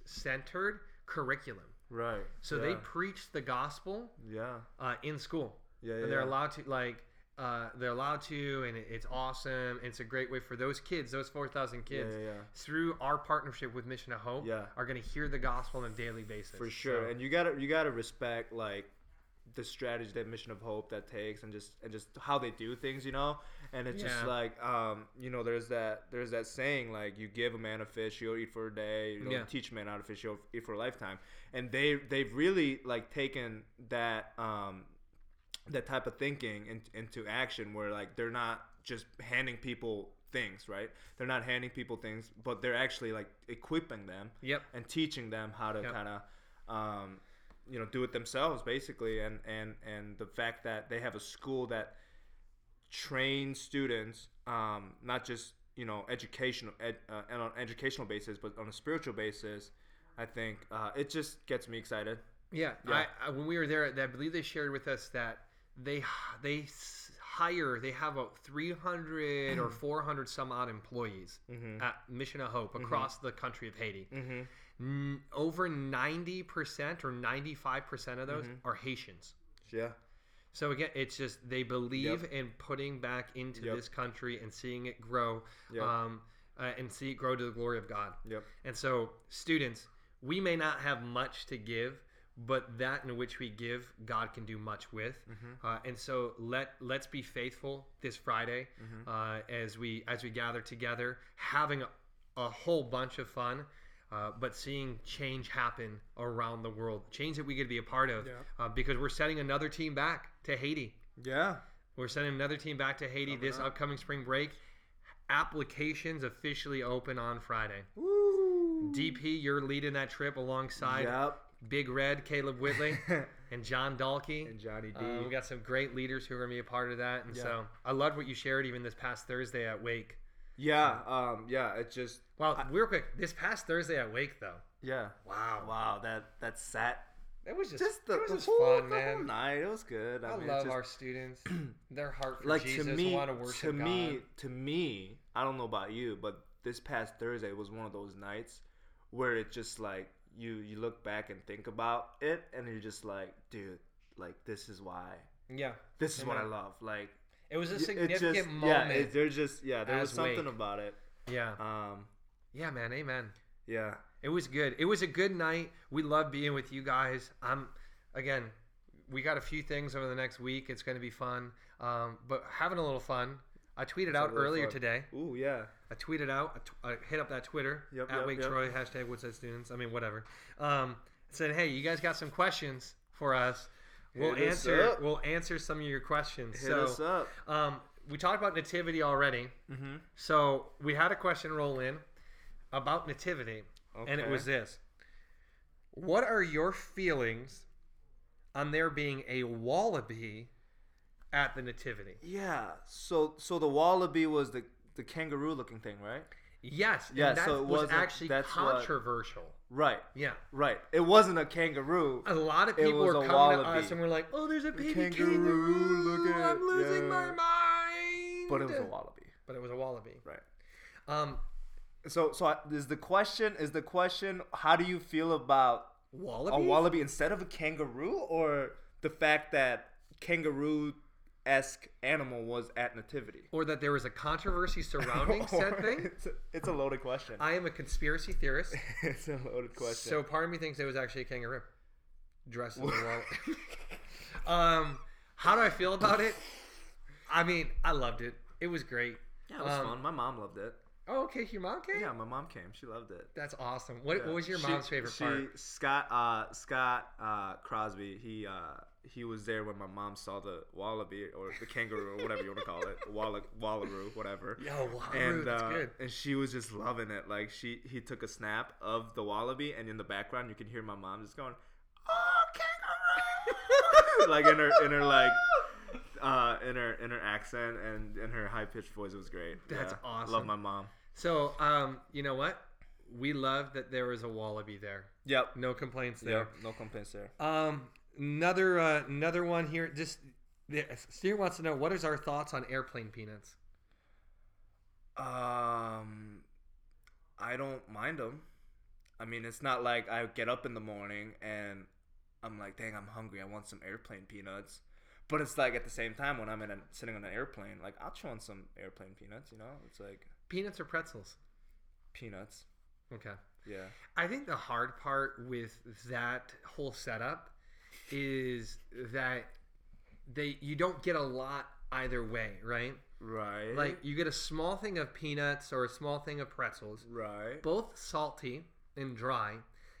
[SPEAKER 1] Christ-centered curriculum.
[SPEAKER 2] Right.
[SPEAKER 1] So they preach the gospel
[SPEAKER 2] they. Yeah.
[SPEAKER 1] uh, in school.
[SPEAKER 2] Yeah,
[SPEAKER 1] and
[SPEAKER 2] yeah,
[SPEAKER 1] they're
[SPEAKER 2] yeah.
[SPEAKER 1] allowed to like uh, they're allowed to, and it, it's awesome. And it's a great way for those kids, those four thousand kids, Oh.
[SPEAKER 2] Yeah, yeah, yeah.
[SPEAKER 1] through our partnership with Mission of Hope,
[SPEAKER 2] Yeah.
[SPEAKER 1] are going to hear the gospel on a daily basis.
[SPEAKER 2] for sure
[SPEAKER 1] So-
[SPEAKER 2] and you gotta you gotta respect like the strategy that mission of hope that takes and just and just how they do things you know and it's just
[SPEAKER 1] Yeah.
[SPEAKER 2] like um you know there's that there's that saying like you give a man a fish he'll eat for a day you know
[SPEAKER 1] Yeah.
[SPEAKER 2] teach a man how to fish he'll eat for a lifetime and they they've really like taken that um that type of thinking in, into action where like they're not just handing people things right they're not handing people things but they're actually like equipping them
[SPEAKER 1] Yep.
[SPEAKER 2] and teaching them how to
[SPEAKER 1] Yep.
[SPEAKER 2] kind of um, you know do it themselves basically and and and the fact that they have a school that trains students um, not just you know educational ed, uh, and on educational basis but on a spiritual basis i think uh, it just gets me excited
[SPEAKER 1] Yeah, I, I, when we were there, I believe they shared with us that they h- they s- hire they have about 300 or 400 some odd employees
[SPEAKER 2] Mm-hmm. Mm.
[SPEAKER 1] at Mission of Hope across the country of Haiti. N- over 90 percent or 95 percent of those are Haitians.
[SPEAKER 2] yeah
[SPEAKER 1] So again, it's just they believe in putting back into
[SPEAKER 2] Yep.
[SPEAKER 1] this country and seeing it grow,
[SPEAKER 2] Yep.
[SPEAKER 1] um, uh, and see it grow to the glory of God.
[SPEAKER 2] Yep.
[SPEAKER 1] And so, students, we may not have much to give, but that in which we give, God can do much with.
[SPEAKER 2] Mm-hmm.
[SPEAKER 1] Uh, and so let let's be faithful this Friday
[SPEAKER 2] Mm-hmm.
[SPEAKER 1] uh, as we as we gather together, having a, a whole bunch of fun. Uh, but seeing change happen around the world, change that we get to be a part of,
[SPEAKER 2] Yeah.
[SPEAKER 1] uh, because we're sending another team back to Haiti.
[SPEAKER 2] Yeah.
[SPEAKER 1] We're sending another team back to Haiti this
[SPEAKER 2] up.
[SPEAKER 1] upcoming spring break. Applications officially open on Friday.
[SPEAKER 2] Woo.
[SPEAKER 1] DP, you're leading that trip alongside
[SPEAKER 2] Yep.
[SPEAKER 1] Big Red, Caleb Whitley, and John Dalkey.
[SPEAKER 2] and Johnny D.
[SPEAKER 1] Uh, we got some great leaders who are going to be a part of that. And
[SPEAKER 2] Yeah.
[SPEAKER 1] so I loved what you shared even this past Thursday at Wake.
[SPEAKER 2] yeah. Um. Yeah. It's just.
[SPEAKER 1] Wow, real quick, this past Thursday at Wake, though.
[SPEAKER 2] Yeah.
[SPEAKER 1] Wow.
[SPEAKER 2] Wow. That that sat.
[SPEAKER 1] That was just,
[SPEAKER 2] Just the,
[SPEAKER 1] it was
[SPEAKER 2] the
[SPEAKER 1] just
[SPEAKER 2] whole,
[SPEAKER 1] fun,
[SPEAKER 2] the whole
[SPEAKER 1] man.
[SPEAKER 2] night. It was good. I,
[SPEAKER 1] I
[SPEAKER 2] mean, it's
[SPEAKER 1] love
[SPEAKER 2] just,
[SPEAKER 1] our students. Their heart for
[SPEAKER 2] like
[SPEAKER 1] Jesus,
[SPEAKER 2] to me.
[SPEAKER 1] want to worship
[SPEAKER 2] To
[SPEAKER 1] God.
[SPEAKER 2] me. To me. I don't know about you, but this past Thursday was one of those nights where it just like you you look back and think about it, and you're just like, dude, like this is why.
[SPEAKER 1] yeah.
[SPEAKER 2] This is what I
[SPEAKER 1] Amen.
[SPEAKER 2] love. Like
[SPEAKER 1] It was a
[SPEAKER 2] y- it
[SPEAKER 1] significant
[SPEAKER 2] just,
[SPEAKER 1] moment.
[SPEAKER 2] Yeah, it, there's just yeah, there was
[SPEAKER 1] As
[SPEAKER 2] something
[SPEAKER 1] Wake.
[SPEAKER 2] about it.
[SPEAKER 1] yeah.
[SPEAKER 2] Um,
[SPEAKER 1] Yeah, man. Amen.
[SPEAKER 2] yeah,
[SPEAKER 1] It was good. It was a good night. We love being with you guys. I'm again. We got a few things over the next week. It's going to be fun. Um, but having a little fun. I tweeted out
[SPEAKER 2] little
[SPEAKER 1] earlier
[SPEAKER 2] fun.
[SPEAKER 1] today.
[SPEAKER 2] ooh yeah,
[SPEAKER 1] I tweeted out. I, t- I hit up that Twitter
[SPEAKER 2] Yep,
[SPEAKER 1] at
[SPEAKER 2] yep,
[SPEAKER 1] Wake
[SPEAKER 2] yep.
[SPEAKER 1] Troy hashtag Woodside Students. I mean, whatever. Um, said, hey, you guys got some questions for us? We'll
[SPEAKER 2] Hit us
[SPEAKER 1] answer.
[SPEAKER 2] up.
[SPEAKER 1] We'll answer some of your questions.
[SPEAKER 2] hit
[SPEAKER 1] so,
[SPEAKER 2] us up.
[SPEAKER 1] um, we talked about nativity already.
[SPEAKER 2] Mhm.
[SPEAKER 1] So we had a question roll in about nativity, and it
[SPEAKER 2] Okay.
[SPEAKER 1] was this: What are your feelings on there being a wallaby at the nativity?
[SPEAKER 2] Yeah. So so the wallaby was the the kangaroo looking thing, right?
[SPEAKER 1] Yes, and
[SPEAKER 2] Yeah,
[SPEAKER 1] that
[SPEAKER 2] so it
[SPEAKER 1] was
[SPEAKER 2] wasn't-
[SPEAKER 1] actually
[SPEAKER 2] that's what-
[SPEAKER 1] controversial.
[SPEAKER 2] Right.
[SPEAKER 1] Yeah.
[SPEAKER 2] Right. It wasn't a kangaroo.
[SPEAKER 1] A lot of
[SPEAKER 2] It
[SPEAKER 1] people
[SPEAKER 2] was
[SPEAKER 1] were
[SPEAKER 2] a
[SPEAKER 1] coming to
[SPEAKER 2] wallaby.
[SPEAKER 1] us and we're like, "Oh, there's a baby kangaroo!
[SPEAKER 2] kangaroo, look at
[SPEAKER 1] I'm
[SPEAKER 2] it,
[SPEAKER 1] losing
[SPEAKER 2] yeah."
[SPEAKER 1] my mind!"
[SPEAKER 2] But it was a wallaby.
[SPEAKER 1] But it was a wallaby.
[SPEAKER 2] Right.
[SPEAKER 1] Um,
[SPEAKER 2] So so I, is the question is the question how do you feel about
[SPEAKER 1] wallaby.
[SPEAKER 2] a wallaby instead of a kangaroo or the fact that kangaroo esque animal was at nativity?
[SPEAKER 1] or that there was a controversy surrounding said
[SPEAKER 2] Or-
[SPEAKER 1] thing.
[SPEAKER 2] It's a, it's a loaded question.
[SPEAKER 1] I am a conspiracy theorist,
[SPEAKER 2] it's a loaded question.
[SPEAKER 1] so part of me thinks it was actually a kangaroo dressed as a wallet. um, how do I feel about it? I mean, I loved it. It was great.
[SPEAKER 2] yeah, it was
[SPEAKER 1] um,
[SPEAKER 2] fun. My mom loved it.
[SPEAKER 1] Oh, okay, your mom came.
[SPEAKER 2] Yeah, my mom came. She loved it.
[SPEAKER 1] That's awesome. What,
[SPEAKER 2] Yeah.
[SPEAKER 1] what was your
[SPEAKER 2] She-
[SPEAKER 1] mom's favorite
[SPEAKER 2] she-
[SPEAKER 1] part?
[SPEAKER 2] Scott uh, Scott uh, Crosby. He uh, he was there when my mom saw the wallaby or the kangaroo or whatever you want to call it, walla- wallaroo, whatever.
[SPEAKER 1] Yo, Oh, wow,
[SPEAKER 2] And
[SPEAKER 1] that's
[SPEAKER 2] uh,
[SPEAKER 1] good.
[SPEAKER 2] and she was just loving it. Like she he took a snap of the wallaby, and in the background you can hear my mom just going, "Oh, kangaroo!" like in her in her like uh, in her in her accent and in her high pitched voice. It was great.
[SPEAKER 1] That's awesome.
[SPEAKER 2] Love my mom.
[SPEAKER 1] So, um, you know what? We loved that there was a wallaby there.
[SPEAKER 2] Yep.
[SPEAKER 1] No complaints there.
[SPEAKER 2] Yep. No complaints there.
[SPEAKER 1] Um, another uh, another one here. Just the- Steer wants to know what is our thoughts on airplane peanuts.
[SPEAKER 2] Um, I don't mind them. I mean, it's not like I get up in the morning and I'm like, dang, I'm hungry. I want some airplane peanuts. But it's like at the same time when I'm in a, sitting on an airplane, like I'll chew on some airplane peanuts. You know, it's like
[SPEAKER 1] Peanuts or pretzels?
[SPEAKER 2] peanuts.
[SPEAKER 1] Okay.
[SPEAKER 2] Yeah.
[SPEAKER 1] I think the hard part with that whole setup is that they you don't get a lot either way, right?
[SPEAKER 2] Right.
[SPEAKER 1] Like you get a small thing of peanuts or a small thing of pretzels,
[SPEAKER 2] Right.
[SPEAKER 1] both salty and dry,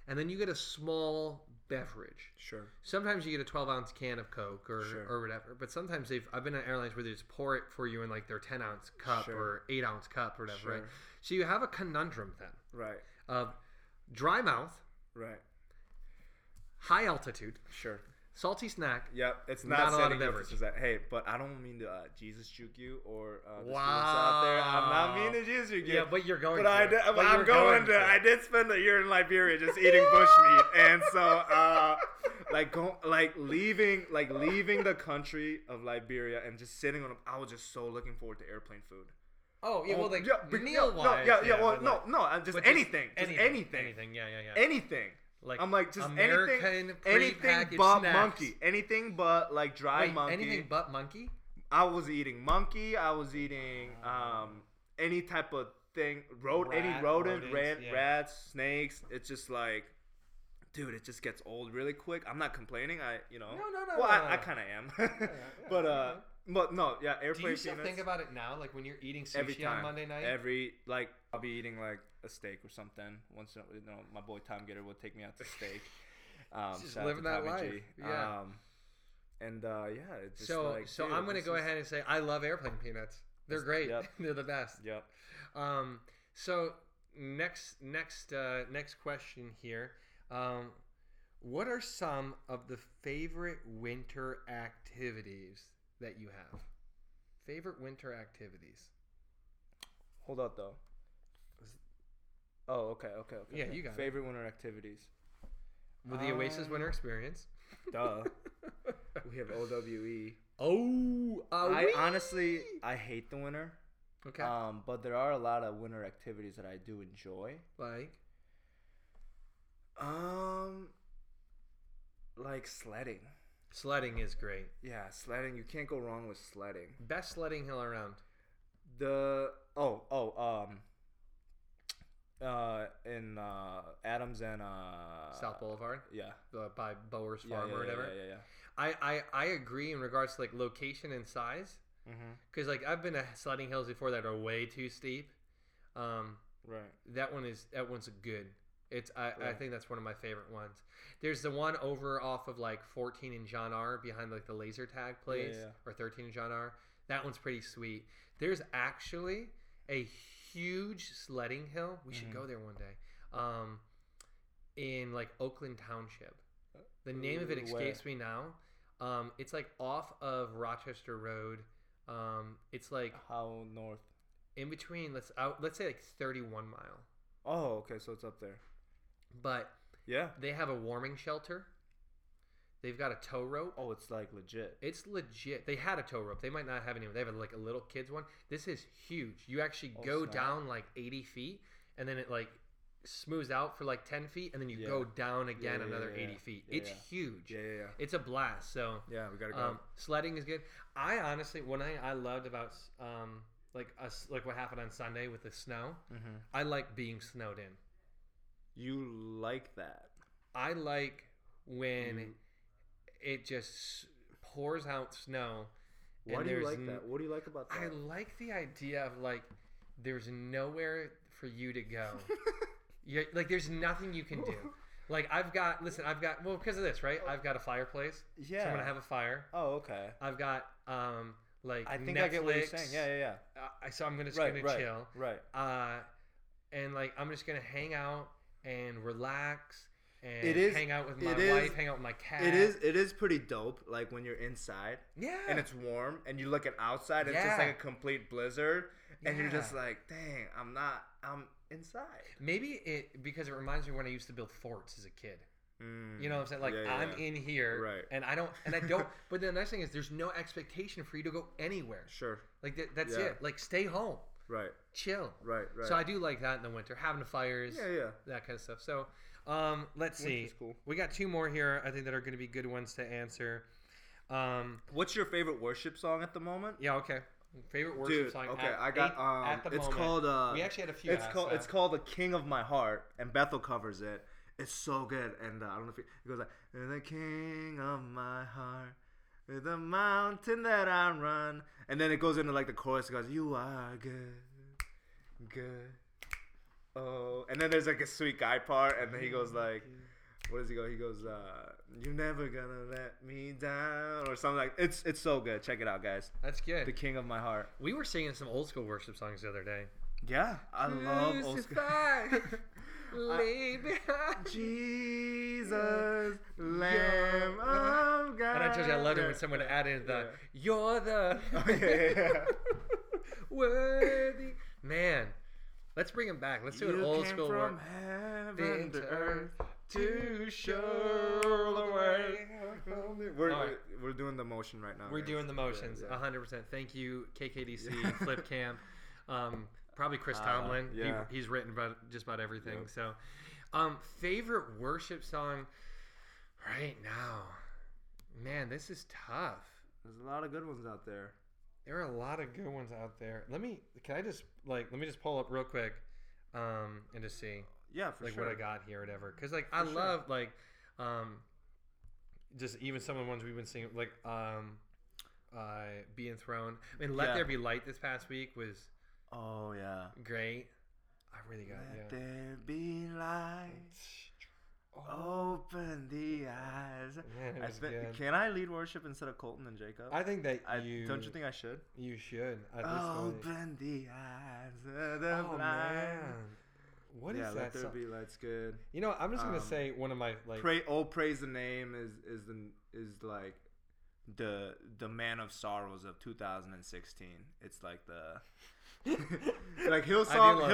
[SPEAKER 1] and then you get a small beverage.
[SPEAKER 2] Sure.
[SPEAKER 1] sometimes you get a 12 ounce can of coke or,
[SPEAKER 2] Sure.
[SPEAKER 1] or whatever but sometimes they've i've been at airlines where they just pour it for you in like their 10 ounce cup
[SPEAKER 2] Sure.
[SPEAKER 1] or 8 ounce cup or whatever right
[SPEAKER 2] Sure.
[SPEAKER 1] so you have a conundrum then
[SPEAKER 2] Right.
[SPEAKER 1] of dry mouth
[SPEAKER 2] Right.
[SPEAKER 1] high altitude
[SPEAKER 2] Sure.
[SPEAKER 1] salty snack
[SPEAKER 2] Yep. It's
[SPEAKER 1] Not
[SPEAKER 2] not,
[SPEAKER 1] a lot of
[SPEAKER 2] setting you up,
[SPEAKER 1] beverage.
[SPEAKER 2] it's just That, hey, but I don't mean to uh, Jesus juke you or uh, the students out there. I'm not
[SPEAKER 1] Wow.
[SPEAKER 2] meaning to Jesus juke you.
[SPEAKER 1] Oh, yeah but you're going
[SPEAKER 2] But I
[SPEAKER 1] to.
[SPEAKER 2] did,
[SPEAKER 1] But
[SPEAKER 2] I'm
[SPEAKER 1] you're
[SPEAKER 2] going, to. I
[SPEAKER 1] it.
[SPEAKER 2] did spend a year in Liberia just eating bush meat, and so uh, like go, like leaving like leaving the country of Liberia and just sitting on. A, I was just so looking forward to airplane food.
[SPEAKER 1] oh yeah well like
[SPEAKER 2] but-
[SPEAKER 1] meal
[SPEAKER 2] no,
[SPEAKER 1] wise
[SPEAKER 2] yeah, yeah, well,
[SPEAKER 1] but,
[SPEAKER 2] no,
[SPEAKER 1] like-
[SPEAKER 2] no, uh, just
[SPEAKER 1] but
[SPEAKER 2] anything, just anything,
[SPEAKER 1] anything
[SPEAKER 2] anything,
[SPEAKER 1] anything yeah yeah yeah
[SPEAKER 2] anything.
[SPEAKER 1] Like
[SPEAKER 2] I'm like just
[SPEAKER 1] American
[SPEAKER 2] anything, anything
[SPEAKER 1] prepackaged
[SPEAKER 2] but
[SPEAKER 1] snacks.
[SPEAKER 2] monkey, anything but like dry
[SPEAKER 1] Wait,
[SPEAKER 2] monkey.
[SPEAKER 1] anything but monkey
[SPEAKER 2] I was eating monkey. I was eating um, any type of thing, road, any
[SPEAKER 1] Oh. Rat,
[SPEAKER 2] rodent,
[SPEAKER 1] rodents,
[SPEAKER 2] rat,
[SPEAKER 1] yeah.
[SPEAKER 2] rats, snakes. It's just like dude, it just gets old really quick. I'm not complaining. I, you know,
[SPEAKER 1] No, no, no,
[SPEAKER 2] Well,
[SPEAKER 1] no,
[SPEAKER 2] I,
[SPEAKER 1] no.
[SPEAKER 2] I kind of am,
[SPEAKER 1] yeah,
[SPEAKER 2] but uh,
[SPEAKER 1] okay.
[SPEAKER 2] but no, yeah, airplane
[SPEAKER 1] Do you still
[SPEAKER 2] peanuts
[SPEAKER 1] think about it now, like when you're eating sushi
[SPEAKER 2] every time
[SPEAKER 1] on Monday night?
[SPEAKER 2] Every like, I'll be eating like a steak or something. Once in a- you know, my boy Tom Gitter will take me out to steak. Um,
[SPEAKER 1] Just
[SPEAKER 2] shout out to
[SPEAKER 1] living that
[SPEAKER 2] Tommy G.
[SPEAKER 1] life. Yeah.
[SPEAKER 2] Um, and uh, yeah, it's just
[SPEAKER 1] so,
[SPEAKER 2] like,
[SPEAKER 1] so
[SPEAKER 2] dude,
[SPEAKER 1] I'm gonna
[SPEAKER 2] this
[SPEAKER 1] go
[SPEAKER 2] is-
[SPEAKER 1] ahead and say I love airplane peanuts. They're great.
[SPEAKER 2] Yep.
[SPEAKER 1] They're the best.
[SPEAKER 2] Yep.
[SPEAKER 1] Um, so next, next, uh, next question here. Um, what are some of the favorite winter activities that you have? Favorite winter activities?
[SPEAKER 2] Hold up though. Oh, okay, okay, okay.
[SPEAKER 1] Yeah,
[SPEAKER 2] okay.
[SPEAKER 1] you got it.
[SPEAKER 2] favorite winter activities.
[SPEAKER 1] With the Oasis
[SPEAKER 2] Um, uh,
[SPEAKER 1] Winter Experience.
[SPEAKER 2] Duh. we have OWE.
[SPEAKER 1] oh, uh,
[SPEAKER 2] I
[SPEAKER 1] wee!
[SPEAKER 2] honestly I hate the winter.
[SPEAKER 1] okay.
[SPEAKER 2] Um, but there are a lot of winter activities that I do enjoy.
[SPEAKER 1] like
[SPEAKER 2] Um, like sledding.
[SPEAKER 1] sledding is great.
[SPEAKER 2] Yeah, sledding. You can't go wrong with sledding.
[SPEAKER 1] Best sledding hill around.
[SPEAKER 2] The oh oh um. Uh, in uh Adams and uh
[SPEAKER 1] South Boulevard,
[SPEAKER 2] Yeah.
[SPEAKER 1] uh, by Bower's
[SPEAKER 2] Yeah,
[SPEAKER 1] Farm
[SPEAKER 2] yeah,
[SPEAKER 1] or whatever.
[SPEAKER 2] yeah, yeah, yeah.
[SPEAKER 1] I, I I agree in regards to like location and size.
[SPEAKER 2] yeah. Mm-hmm.
[SPEAKER 1] Because like I've been to sledding hills before that are way too steep. Um,
[SPEAKER 2] Right.
[SPEAKER 1] that one is that one's good. It's I, I
[SPEAKER 2] Right.
[SPEAKER 1] think that's one of my favorite ones. There's the one over off of like 14 and John R behind like the laser tag place
[SPEAKER 2] yeah.
[SPEAKER 1] or 13 and John R. That one's pretty sweet. There's actually a huge sledding hill. We should
[SPEAKER 2] Mhm.
[SPEAKER 1] go there one day. Um, in like Oakland Township. The name of it
[SPEAKER 2] Uh, Ooh, where?
[SPEAKER 1] escapes me now. Um, it's like off of Rochester Road. Um, it's like
[SPEAKER 2] How north?
[SPEAKER 1] in between. Let's out. Let's say like thirty-one mile.
[SPEAKER 2] Oh, okay, so it's up there.
[SPEAKER 1] But
[SPEAKER 2] Yeah.
[SPEAKER 1] they have a warming shelter. They've got a tow rope.
[SPEAKER 2] Oh, it's like legit.
[SPEAKER 1] It's legit. They had a tow rope. They might not have any. They have like a little kids one. This is huge. You actually
[SPEAKER 2] Oh,
[SPEAKER 1] go
[SPEAKER 2] snap.
[SPEAKER 1] down like eighty feet, and then it like smooths out for like ten feet, and then you
[SPEAKER 2] Yeah.
[SPEAKER 1] go down again
[SPEAKER 2] yeah,
[SPEAKER 1] another
[SPEAKER 2] yeah.
[SPEAKER 1] eighty feet.
[SPEAKER 2] Yeah,
[SPEAKER 1] it's
[SPEAKER 2] yeah.
[SPEAKER 1] huge.
[SPEAKER 2] Yeah, yeah, yeah.
[SPEAKER 1] It's a blast. So
[SPEAKER 2] Yeah, we gotta go.
[SPEAKER 1] Um, sledding is good. I honestly, one thing I loved about um, like us, like what happened on Sunday with the snow.
[SPEAKER 2] Mhm.
[SPEAKER 1] I like being snowed in.
[SPEAKER 2] You like that?
[SPEAKER 1] I like when
[SPEAKER 2] You-
[SPEAKER 1] it just pours out snow.
[SPEAKER 2] Why
[SPEAKER 1] and
[SPEAKER 2] do you
[SPEAKER 1] there's
[SPEAKER 2] like
[SPEAKER 1] n-
[SPEAKER 2] that? What do you like about that?
[SPEAKER 1] I like the idea of like there's nowhere for you to go. you like there's nothing you can do. Like I've got listen, I've got well because of this right. I've got a fireplace. so I'm
[SPEAKER 2] Oh. Yeah.
[SPEAKER 1] gonna have a fire.
[SPEAKER 2] oh, okay.
[SPEAKER 1] I've got um like
[SPEAKER 2] I think
[SPEAKER 1] Netflix.
[SPEAKER 2] I get what you're saying. Yeah, yeah, yeah.
[SPEAKER 1] I, so I'm gonna just
[SPEAKER 2] Right,
[SPEAKER 1] gonna
[SPEAKER 2] right,
[SPEAKER 1] chill.
[SPEAKER 2] right.
[SPEAKER 1] Uh, and like I'm just gonna hang out and relax and
[SPEAKER 2] It is-
[SPEAKER 1] hang out with my
[SPEAKER 2] it is-
[SPEAKER 1] wife, hang out with my cat.
[SPEAKER 2] It is. It is pretty dope. Like when you're inside
[SPEAKER 1] Yeah.
[SPEAKER 2] and it's warm, and you look at outside, and it's just
[SPEAKER 1] Yeah.
[SPEAKER 2] like a complete blizzard, and you're just
[SPEAKER 1] Yeah.
[SPEAKER 2] like, dang, I'm not. I'm inside.
[SPEAKER 1] Maybe it because it reminds me when I used to build forts as a kid.
[SPEAKER 2] Mm.
[SPEAKER 1] You know what I'm saying? Like
[SPEAKER 2] Yeah, yeah,
[SPEAKER 1] I'm
[SPEAKER 2] yeah.
[SPEAKER 1] in here,
[SPEAKER 2] Right.
[SPEAKER 1] and I don't, and I don't. but the nice thing is, there's no expectation for you to go anywhere.
[SPEAKER 2] Sure.
[SPEAKER 1] Like that, that's
[SPEAKER 2] Yeah.
[SPEAKER 1] it. Like stay home,
[SPEAKER 2] Right.
[SPEAKER 1] chill.
[SPEAKER 2] Right. Right.
[SPEAKER 1] So I do like that in the winter, having fires.
[SPEAKER 2] yeah. Yeah.
[SPEAKER 1] that kind of stuff. So, um, let's see.
[SPEAKER 2] Winter's cool.
[SPEAKER 1] We got two more here. I think that are going to be good ones to answer. Um,
[SPEAKER 2] What's your favorite worship song at the moment?
[SPEAKER 1] yeah, okay. Favorite worship
[SPEAKER 2] Dude,
[SPEAKER 1] song.
[SPEAKER 2] okay,
[SPEAKER 1] at-
[SPEAKER 2] I got,
[SPEAKER 1] eight-
[SPEAKER 2] um,
[SPEAKER 1] at the
[SPEAKER 2] it's
[SPEAKER 1] moment.
[SPEAKER 2] called, uh,
[SPEAKER 1] we actually had a few. uh,
[SPEAKER 2] It's
[SPEAKER 1] asked
[SPEAKER 2] called
[SPEAKER 1] that.
[SPEAKER 2] it's called the King of My Heart, and Bethel covers it. It's so good, and uh, I don't know if you, it goes like "You're the King of My Heart, you're the mountain that I run," and then it goes into like the chorus. It goes, "You are good, good." Oh, and then there's like a sweet guy part, and then he goes like, "What does he go?" He goes, uh, "You're never gonna let me down," or something like. It's it's so good. Check it out, guys.
[SPEAKER 1] That's good.
[SPEAKER 2] The King of My Heart.
[SPEAKER 1] we were singing some old school worship songs the other day.
[SPEAKER 2] Yeah, I love old
[SPEAKER 1] Crucified,
[SPEAKER 2] school.
[SPEAKER 1] Lay behind
[SPEAKER 2] Jesus, Lamb of God.
[SPEAKER 1] And I told you I loved it when someone added the "You're the
[SPEAKER 2] Oh, yeah,
[SPEAKER 1] worthy man." Let's bring him back. Let's do an
[SPEAKER 2] You
[SPEAKER 1] old
[SPEAKER 2] came
[SPEAKER 1] school
[SPEAKER 2] from
[SPEAKER 1] work.
[SPEAKER 2] heaven to earth to show the way. We're,
[SPEAKER 1] All right.
[SPEAKER 2] we're, we're doing the motion right now.
[SPEAKER 1] We're
[SPEAKER 2] guys.
[SPEAKER 1] doing the motions, Uh-huh.
[SPEAKER 2] yeah.
[SPEAKER 1] 100%. Thank you, KKDC,
[SPEAKER 2] Yeah.
[SPEAKER 1] Flip Camp, um, probably Chris
[SPEAKER 2] Uh,
[SPEAKER 1] Tomlin.
[SPEAKER 2] yeah.
[SPEAKER 1] He, he's written about just about everything.
[SPEAKER 2] Yep.
[SPEAKER 1] So, um, favorite worship song right now? Man, this is tough.
[SPEAKER 2] There's a lot of good ones out there.
[SPEAKER 1] There are a lot of good ones out there. Let me, can I just like, let me just pull up real quick, um, and just see.
[SPEAKER 2] yeah, for
[SPEAKER 1] like
[SPEAKER 2] sure.
[SPEAKER 1] what I got here or whatever. Because like I
[SPEAKER 2] sure.
[SPEAKER 1] love like um just even some of the ones we've been seeing like um uh being thrown. I mean, Let
[SPEAKER 2] Yeah.
[SPEAKER 1] There Be Light this past week was
[SPEAKER 2] Oh yeah.
[SPEAKER 1] great. I really got
[SPEAKER 2] Let
[SPEAKER 1] yeah.
[SPEAKER 2] there be light. Open the eyes.
[SPEAKER 1] Oh, Man, it
[SPEAKER 2] I
[SPEAKER 1] was
[SPEAKER 2] thi-
[SPEAKER 1] good.
[SPEAKER 2] can I lead worship instead of Colton and Jacob?
[SPEAKER 1] I think that
[SPEAKER 2] I-
[SPEAKER 1] you
[SPEAKER 2] don't you think I should?
[SPEAKER 1] you should at this point.
[SPEAKER 2] Open the eyes of the
[SPEAKER 1] Oh
[SPEAKER 2] blind.
[SPEAKER 1] man. What is
[SPEAKER 2] yeah,
[SPEAKER 1] that?
[SPEAKER 2] let there
[SPEAKER 1] song?
[SPEAKER 2] be light's good.
[SPEAKER 1] you know, I'm just gonna
[SPEAKER 2] um,
[SPEAKER 1] say one of my like
[SPEAKER 2] Pray, oh, praise the name is is the is like the the man of sorrows of 2016. It's like the
[SPEAKER 1] I
[SPEAKER 2] like Hillsong,
[SPEAKER 1] do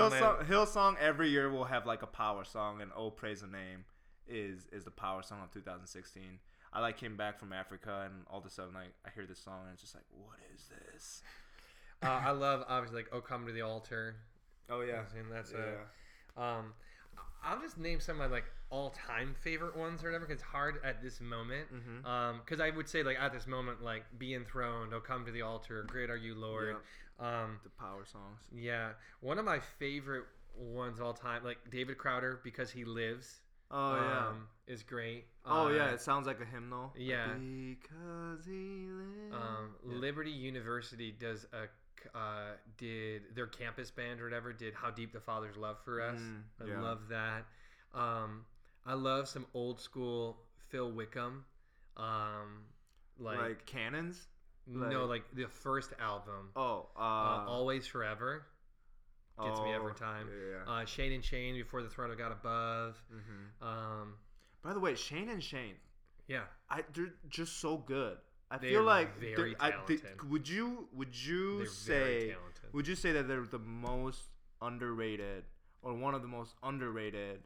[SPEAKER 1] love
[SPEAKER 2] Hillsong, Hillsong. Every year will have like a power song, and "Oh Praise the Name" is is the power song of 2016. I like came back from Africa, and all of a sudden, like I hear this song, and it's just like, what is this?
[SPEAKER 1] uh, I love obviously like Oh Come to the Altar.
[SPEAKER 2] Oh yeah,
[SPEAKER 1] And that's a Um, I'll just name some of my like all-time favorite ones or whatever. 'cause it's hard at this moment.
[SPEAKER 2] Mm-hmm.
[SPEAKER 1] Because I would say like at this moment, like be enthroned, oh come to the altar, great are you, Lord. Um,
[SPEAKER 2] the power songs.
[SPEAKER 1] yeah, one of my favorite ones of all time, like David Crowder, because he lives.
[SPEAKER 2] Oh yeah.
[SPEAKER 1] um, is great.
[SPEAKER 2] Oh
[SPEAKER 1] Uh,
[SPEAKER 2] yeah, it sounds like a hymnal.
[SPEAKER 1] yeah.
[SPEAKER 2] Because he lives.
[SPEAKER 1] Um, Liberty University does a c- uh, did their campus band or whatever did how deep the father's love for us.
[SPEAKER 2] Mm,
[SPEAKER 1] I
[SPEAKER 2] yeah.
[SPEAKER 1] love that. Um, I love some old school Phil Wickham. Um, like,
[SPEAKER 2] like, cannons.
[SPEAKER 1] no, like the first album,
[SPEAKER 2] Oh, uh, oh,
[SPEAKER 1] uh, Always Forever, gets me every time.
[SPEAKER 2] Yeah.
[SPEAKER 1] Uh, Shane and Shane before the throne of God above.
[SPEAKER 2] hmm
[SPEAKER 1] Um,
[SPEAKER 2] By the way, Shane and Shane,
[SPEAKER 1] yeah,
[SPEAKER 2] I they're just so good. I
[SPEAKER 1] They're
[SPEAKER 2] feel like
[SPEAKER 1] very
[SPEAKER 2] they're- I- they-
[SPEAKER 1] talented.
[SPEAKER 2] would you would you
[SPEAKER 1] they're very
[SPEAKER 2] say
[SPEAKER 1] talented.
[SPEAKER 2] would you say that they're the most underrated or one of the most underrated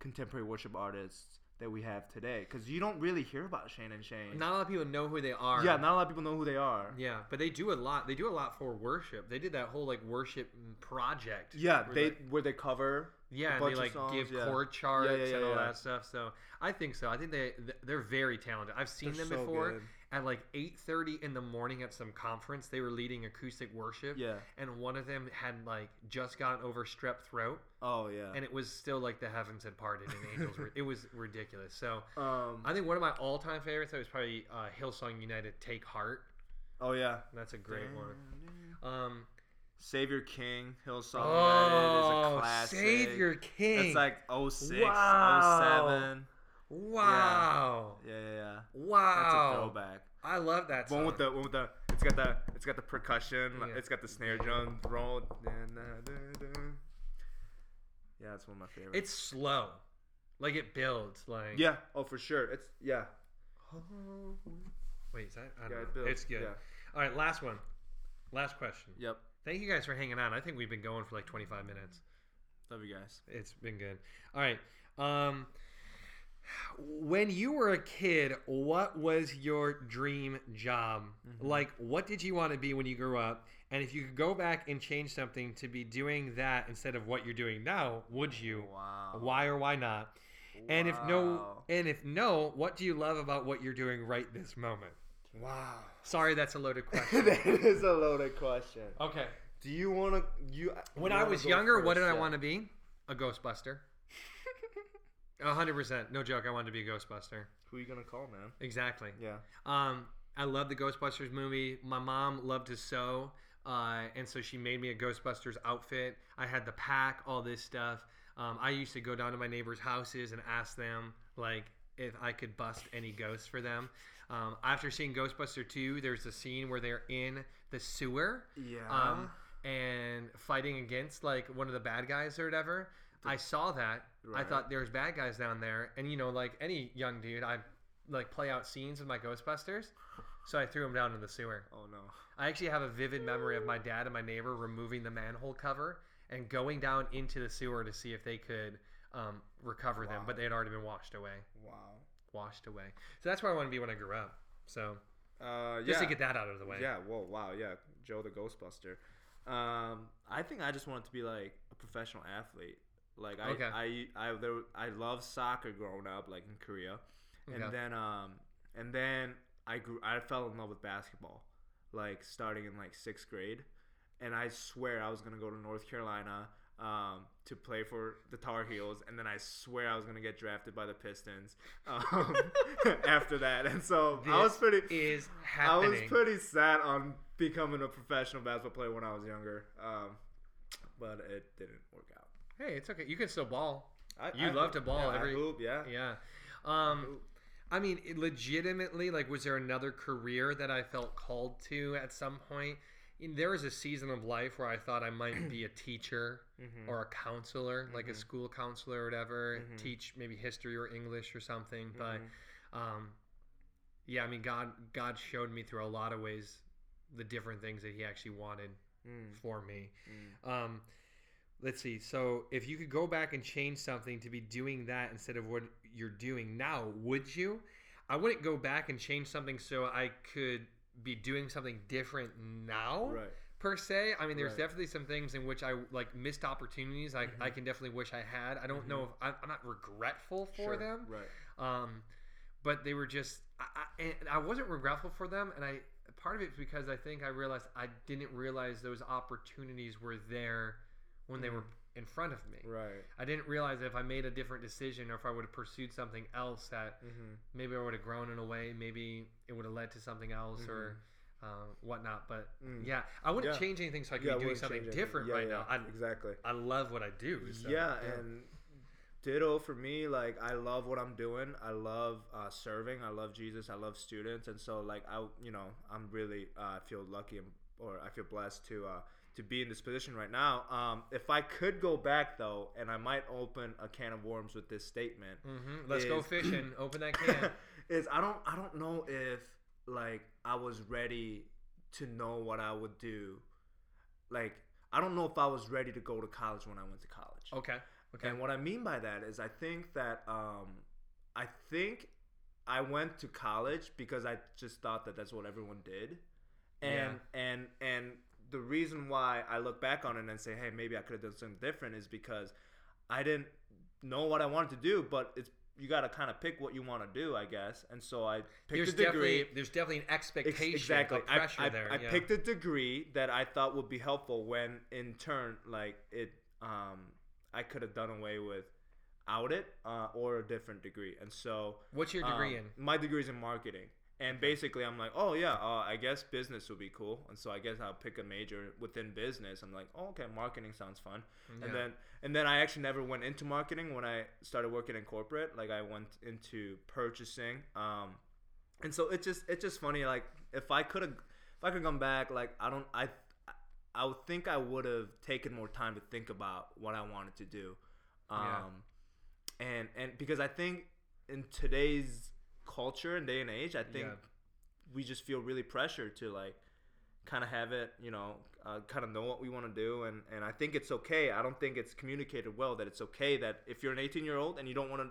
[SPEAKER 2] contemporary worship artists that we have today? Because you don't really hear about Shane and Shane.
[SPEAKER 1] Not a lot of people know who they are.
[SPEAKER 2] yeah, not a lot of people know who they are.
[SPEAKER 1] Yeah, but they do a lot. They do a lot for worship. They did that whole like worship project.
[SPEAKER 2] Yeah,
[SPEAKER 1] where,
[SPEAKER 2] they
[SPEAKER 1] like-
[SPEAKER 2] where they cover.
[SPEAKER 1] yeah,
[SPEAKER 2] a
[SPEAKER 1] and they
[SPEAKER 2] bunch of
[SPEAKER 1] like
[SPEAKER 2] songs,
[SPEAKER 1] give
[SPEAKER 2] yeah.
[SPEAKER 1] chord charts
[SPEAKER 2] Yeah, yeah,
[SPEAKER 1] and all
[SPEAKER 2] yeah.
[SPEAKER 1] that stuff. So I think so. I think they they're very talented. I've seen
[SPEAKER 2] They're
[SPEAKER 1] them
[SPEAKER 2] so
[SPEAKER 1] before
[SPEAKER 2] good.
[SPEAKER 1] at like eight thirty in the morning at some conference. They were leading acoustic worship.
[SPEAKER 2] Yeah.
[SPEAKER 1] and one of them had like just gotten over strep throat,
[SPEAKER 2] Oh yeah.
[SPEAKER 1] and it was still like the heavens had parted and angels. were It was ridiculous. So.
[SPEAKER 2] um.
[SPEAKER 1] I think one of my all-time favorites that was probably uh, Hillsong United "Take Heart."
[SPEAKER 2] Oh yeah.
[SPEAKER 1] That's a great one. Um,
[SPEAKER 2] Savior King, Hillsong. United is a
[SPEAKER 1] Oh,
[SPEAKER 2] classic.
[SPEAKER 1] Savior King.
[SPEAKER 2] It's like 06,
[SPEAKER 1] Wow.
[SPEAKER 2] 07.
[SPEAKER 1] wow,
[SPEAKER 2] Yeah, yeah, yeah. That's a
[SPEAKER 1] wow.
[SPEAKER 2] throwback.
[SPEAKER 1] I love that song.
[SPEAKER 2] One with the one with the it's got the it's got the percussion. like,
[SPEAKER 1] Yeah.
[SPEAKER 2] It's got the snare drum roll. Da, da, da, da. Yeah, that's one of my favorites.
[SPEAKER 1] it's slow, like it builds. Like
[SPEAKER 2] yeah, oh for sure. It's yeah.
[SPEAKER 1] Wait, is that? I don't
[SPEAKER 2] Yeah,
[SPEAKER 1] know.
[SPEAKER 2] it builds,
[SPEAKER 1] It's good.
[SPEAKER 2] yeah.
[SPEAKER 1] All right, last one. Last question.
[SPEAKER 2] Yep.
[SPEAKER 1] Thank you guys for hanging out. I think we've been going for like 25 minutes.
[SPEAKER 2] Love you guys.
[SPEAKER 1] It's been good. All right. Um, when you were a kid, what was your dream job?
[SPEAKER 2] Mm-hmm.
[SPEAKER 1] Like, what did you want to be when you grew up? And if you could go back and change something to be doing that instead of what you're doing now, would you?
[SPEAKER 2] Wow.
[SPEAKER 1] Why or why not? And if no,
[SPEAKER 2] Wow.
[SPEAKER 1] and if no, what do you love about what you're doing right this moment?
[SPEAKER 2] Wow.
[SPEAKER 1] Sorry, that's a loaded question.
[SPEAKER 2] that is a loaded question.
[SPEAKER 1] okay.
[SPEAKER 2] Do you want to you? uh,
[SPEAKER 1] When
[SPEAKER 2] you
[SPEAKER 1] I
[SPEAKER 2] wanna
[SPEAKER 1] was
[SPEAKER 2] go
[SPEAKER 1] younger, what
[SPEAKER 2] first?
[SPEAKER 1] did I
[SPEAKER 2] Yeah.
[SPEAKER 1] want to be? A Ghostbuster. A hundred percent, no joke. I wanted to be a Ghostbuster.
[SPEAKER 2] Who you gonna call, man?
[SPEAKER 1] Exactly.
[SPEAKER 2] Yeah.
[SPEAKER 1] Um, I love the Ghostbusters movie. My mom loved to sew, uh, and so she made me a Ghostbusters outfit. I had the pack, all this stuff. Um, I used to go down to my neighbors' houses and ask them like if I could bust any ghosts for them. Um, after seeing Ghostbuster two, there's a scene where they're in the sewer
[SPEAKER 2] Yeah.
[SPEAKER 1] um,
[SPEAKER 2] Uh-huh.
[SPEAKER 1] and fighting against like one of the bad guys or whatever. I saw that.
[SPEAKER 2] Right.
[SPEAKER 1] I thought there was bad guys down there, and you know, like any young dude, I like play out scenes with my Ghostbusters. So I threw him down in the sewer.
[SPEAKER 2] oh no.
[SPEAKER 1] I actually have a vivid memory of my dad and my neighbor removing the manhole cover and going down into the sewer to see if they could um, recover them, but they had already been washed away.
[SPEAKER 2] Wow.
[SPEAKER 1] Washed away. So that's where I want to be when I grew up. So
[SPEAKER 2] Uh, yeah.
[SPEAKER 1] just to get that out of the way.
[SPEAKER 2] Yeah. Whoa. Wow. Yeah. Joe the Ghostbuster. Um, I think I just wanted to be like a professional athlete. Like I,
[SPEAKER 1] Okay.
[SPEAKER 2] I, I, there, I loved soccer growing up, like in Korea,
[SPEAKER 1] Okay.
[SPEAKER 2] and then, um, and then I grew, I fell in love with basketball, like starting in like sixth grade, and I swear I was gonna go to North Carolina. um, to play for the Tar Heels, and then I swear I was gonna get drafted by the Pistons um, after that, and so I was pretty.
[SPEAKER 1] is
[SPEAKER 2] I was
[SPEAKER 1] happening.
[SPEAKER 2] pretty sad on becoming a professional basketball player when I was younger, um, but it didn't work out.
[SPEAKER 1] hey, it's okay. You can still ball.
[SPEAKER 2] I,
[SPEAKER 1] You
[SPEAKER 2] I
[SPEAKER 1] love to
[SPEAKER 2] hoop.
[SPEAKER 1] ball
[SPEAKER 2] Yeah, I
[SPEAKER 1] every-
[SPEAKER 2] hoop, yeah.
[SPEAKER 1] Yeah. Um, I mean, it legitimately, like, was there another career that I felt called to at some point? And There was a season of life where I thought I might be a teacher
[SPEAKER 2] Mm-hmm.
[SPEAKER 1] or a counselor, like a school counselor or whatever, teach maybe history or English or something. But um, yeah, I mean, God, God showed me through a lot of ways the different things that He actually wanted
[SPEAKER 2] Mm-hmm.
[SPEAKER 1] for me. Um, let's see. So, if you could go back and change something to be doing that instead of what you're doing now, would you? I wouldn't go back and change something so I could be doing something different now
[SPEAKER 2] Right.
[SPEAKER 1] per se. I mean, there's
[SPEAKER 2] Right. Mm-hmm.
[SPEAKER 1] definitely some things in which I like missed opportunities. I, I can definitely wish I had. I don't know if I'm, I'm not regretful for
[SPEAKER 2] Sure,
[SPEAKER 1] them
[SPEAKER 2] Right.
[SPEAKER 1] um, but they were just I, I, and I wasn't regretful for them, and I part of it's because I think I realized I didn't realize those opportunities were there when they were in front of me.
[SPEAKER 2] Mm-hmm. Right.
[SPEAKER 1] I didn't realize if I made a different decision or if I would have pursued something else that
[SPEAKER 2] Mm-hmm.
[SPEAKER 1] maybe I would have grown in a way, maybe it would have led to something else or um, whatnot. But yeah, I wouldn't
[SPEAKER 2] Mm-hmm. Mm. Yeah.
[SPEAKER 1] change anything so I could
[SPEAKER 2] Yeah, I
[SPEAKER 1] be doing
[SPEAKER 2] wouldn't
[SPEAKER 1] something
[SPEAKER 2] change anything.
[SPEAKER 1] different
[SPEAKER 2] Yeah,
[SPEAKER 1] right
[SPEAKER 2] yeah,
[SPEAKER 1] now. I,
[SPEAKER 2] exactly.
[SPEAKER 1] I love what I do. So.
[SPEAKER 2] yeah, and ditto for me. Like I love what I'm doing. I love uh, serving. I love Jesus. I love students. And so like I, you know, I'm really uh, I feel lucky and, or I feel blessed to uh, to be in this position right now. Um, if I could go back though, and I might open a can of worms with this statement.
[SPEAKER 1] Mhm. Let's go
[SPEAKER 2] is-
[SPEAKER 1] fishing. Open that can.
[SPEAKER 2] is I don't I don't know if like I was ready to know what I would do. Like I don't know if I was ready to go to college when I went to college.
[SPEAKER 1] Okay. Okay.
[SPEAKER 2] And what I mean by that is I think that um I think I went to college because I just thought that that's what everyone did. And and and the reason why I look back on it and say, "Hey, maybe I could have done something different," is because I didn't know what I wanted to do, but it's you got to kind of pick what you want to do, I guess. And so I picked
[SPEAKER 1] there's
[SPEAKER 2] a degree.
[SPEAKER 1] definitely there's definitely an
[SPEAKER 2] Ex-
[SPEAKER 1] expectation
[SPEAKER 2] exactly.
[SPEAKER 1] of
[SPEAKER 2] I-
[SPEAKER 1] pressure
[SPEAKER 2] I,
[SPEAKER 1] there.
[SPEAKER 2] I
[SPEAKER 1] yeah.
[SPEAKER 2] picked a degree that I thought would be helpful when in turn like it um I could have done away with out it uh, or a different degree. And so
[SPEAKER 1] What's your degree
[SPEAKER 2] um,
[SPEAKER 1] in?
[SPEAKER 2] My degree's in marketing. And basically, I'm like, oh yeah, uh, I guess business would be cool, and so I guess I'll pick a major within business. I'm like, oh okay, marketing sounds fun,
[SPEAKER 1] Yeah.
[SPEAKER 2] and then and then I actually never went into marketing when I started working in corporate. Like I went into purchasing, um, and so it's just it's just funny. Like if I could have if I could come back, like I don't I I would think I would have taken more time to think about what I wanted to do. Um,
[SPEAKER 1] Yeah.
[SPEAKER 2] and and because I think in today's culture and day and age, I think
[SPEAKER 1] Yeah.
[SPEAKER 2] we just feel really pressured to like kind of have it, you know, uh, kind of know what we want to do, and and I think it's okay. I don't think it's communicated well that it's okay that if you're an 18 year old and you don't want to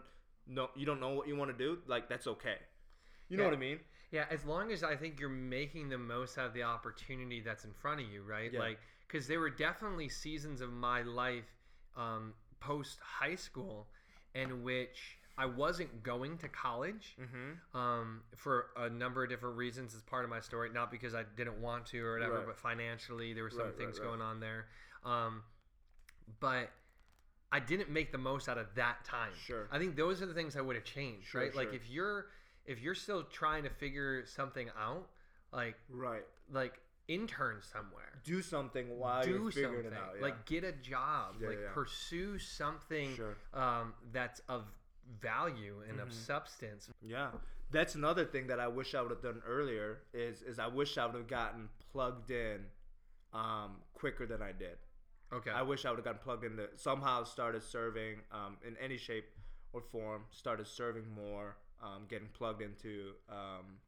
[SPEAKER 2] know you don't know what you want to do, like that's okay. You know
[SPEAKER 1] Yeah.
[SPEAKER 2] what I mean?
[SPEAKER 1] Yeah, as long as I think you're making the most out of the opportunity that's in front of you, right?
[SPEAKER 2] Yeah.
[SPEAKER 1] Like, because there were definitely seasons of my life um, post high school in which I wasn't going to college um, for a number of different reasons as part of my story. Not because I didn't want to or whatever,
[SPEAKER 2] Right.
[SPEAKER 1] but financially, there were some
[SPEAKER 2] Right, right,
[SPEAKER 1] things
[SPEAKER 2] right.
[SPEAKER 1] going on there. Um, but I didn't make the most out of that time.
[SPEAKER 2] Sure.
[SPEAKER 1] I think those are the things I would have changed,
[SPEAKER 2] Sure,
[SPEAKER 1] right? Like
[SPEAKER 2] sure.
[SPEAKER 1] if you're if you're still trying to figure something out, like
[SPEAKER 2] Right.
[SPEAKER 1] like intern somewhere.
[SPEAKER 2] Do something while
[SPEAKER 1] Do
[SPEAKER 2] you're figuring
[SPEAKER 1] something.
[SPEAKER 2] it out. yeah.
[SPEAKER 1] Like get a job.
[SPEAKER 2] Yeah,
[SPEAKER 1] like
[SPEAKER 2] yeah.
[SPEAKER 1] pursue something
[SPEAKER 2] Sure. Mm-hmm.
[SPEAKER 1] um, that's of value and of substance.
[SPEAKER 2] Yeah, that's another thing that I wish I would have done earlier. Is is I wish I would have gotten plugged in um, quicker than I did.
[SPEAKER 1] Okay.
[SPEAKER 2] I wish I would have gotten plugged into somehow started serving um, in any shape or form. Started serving more, um, getting plugged into um,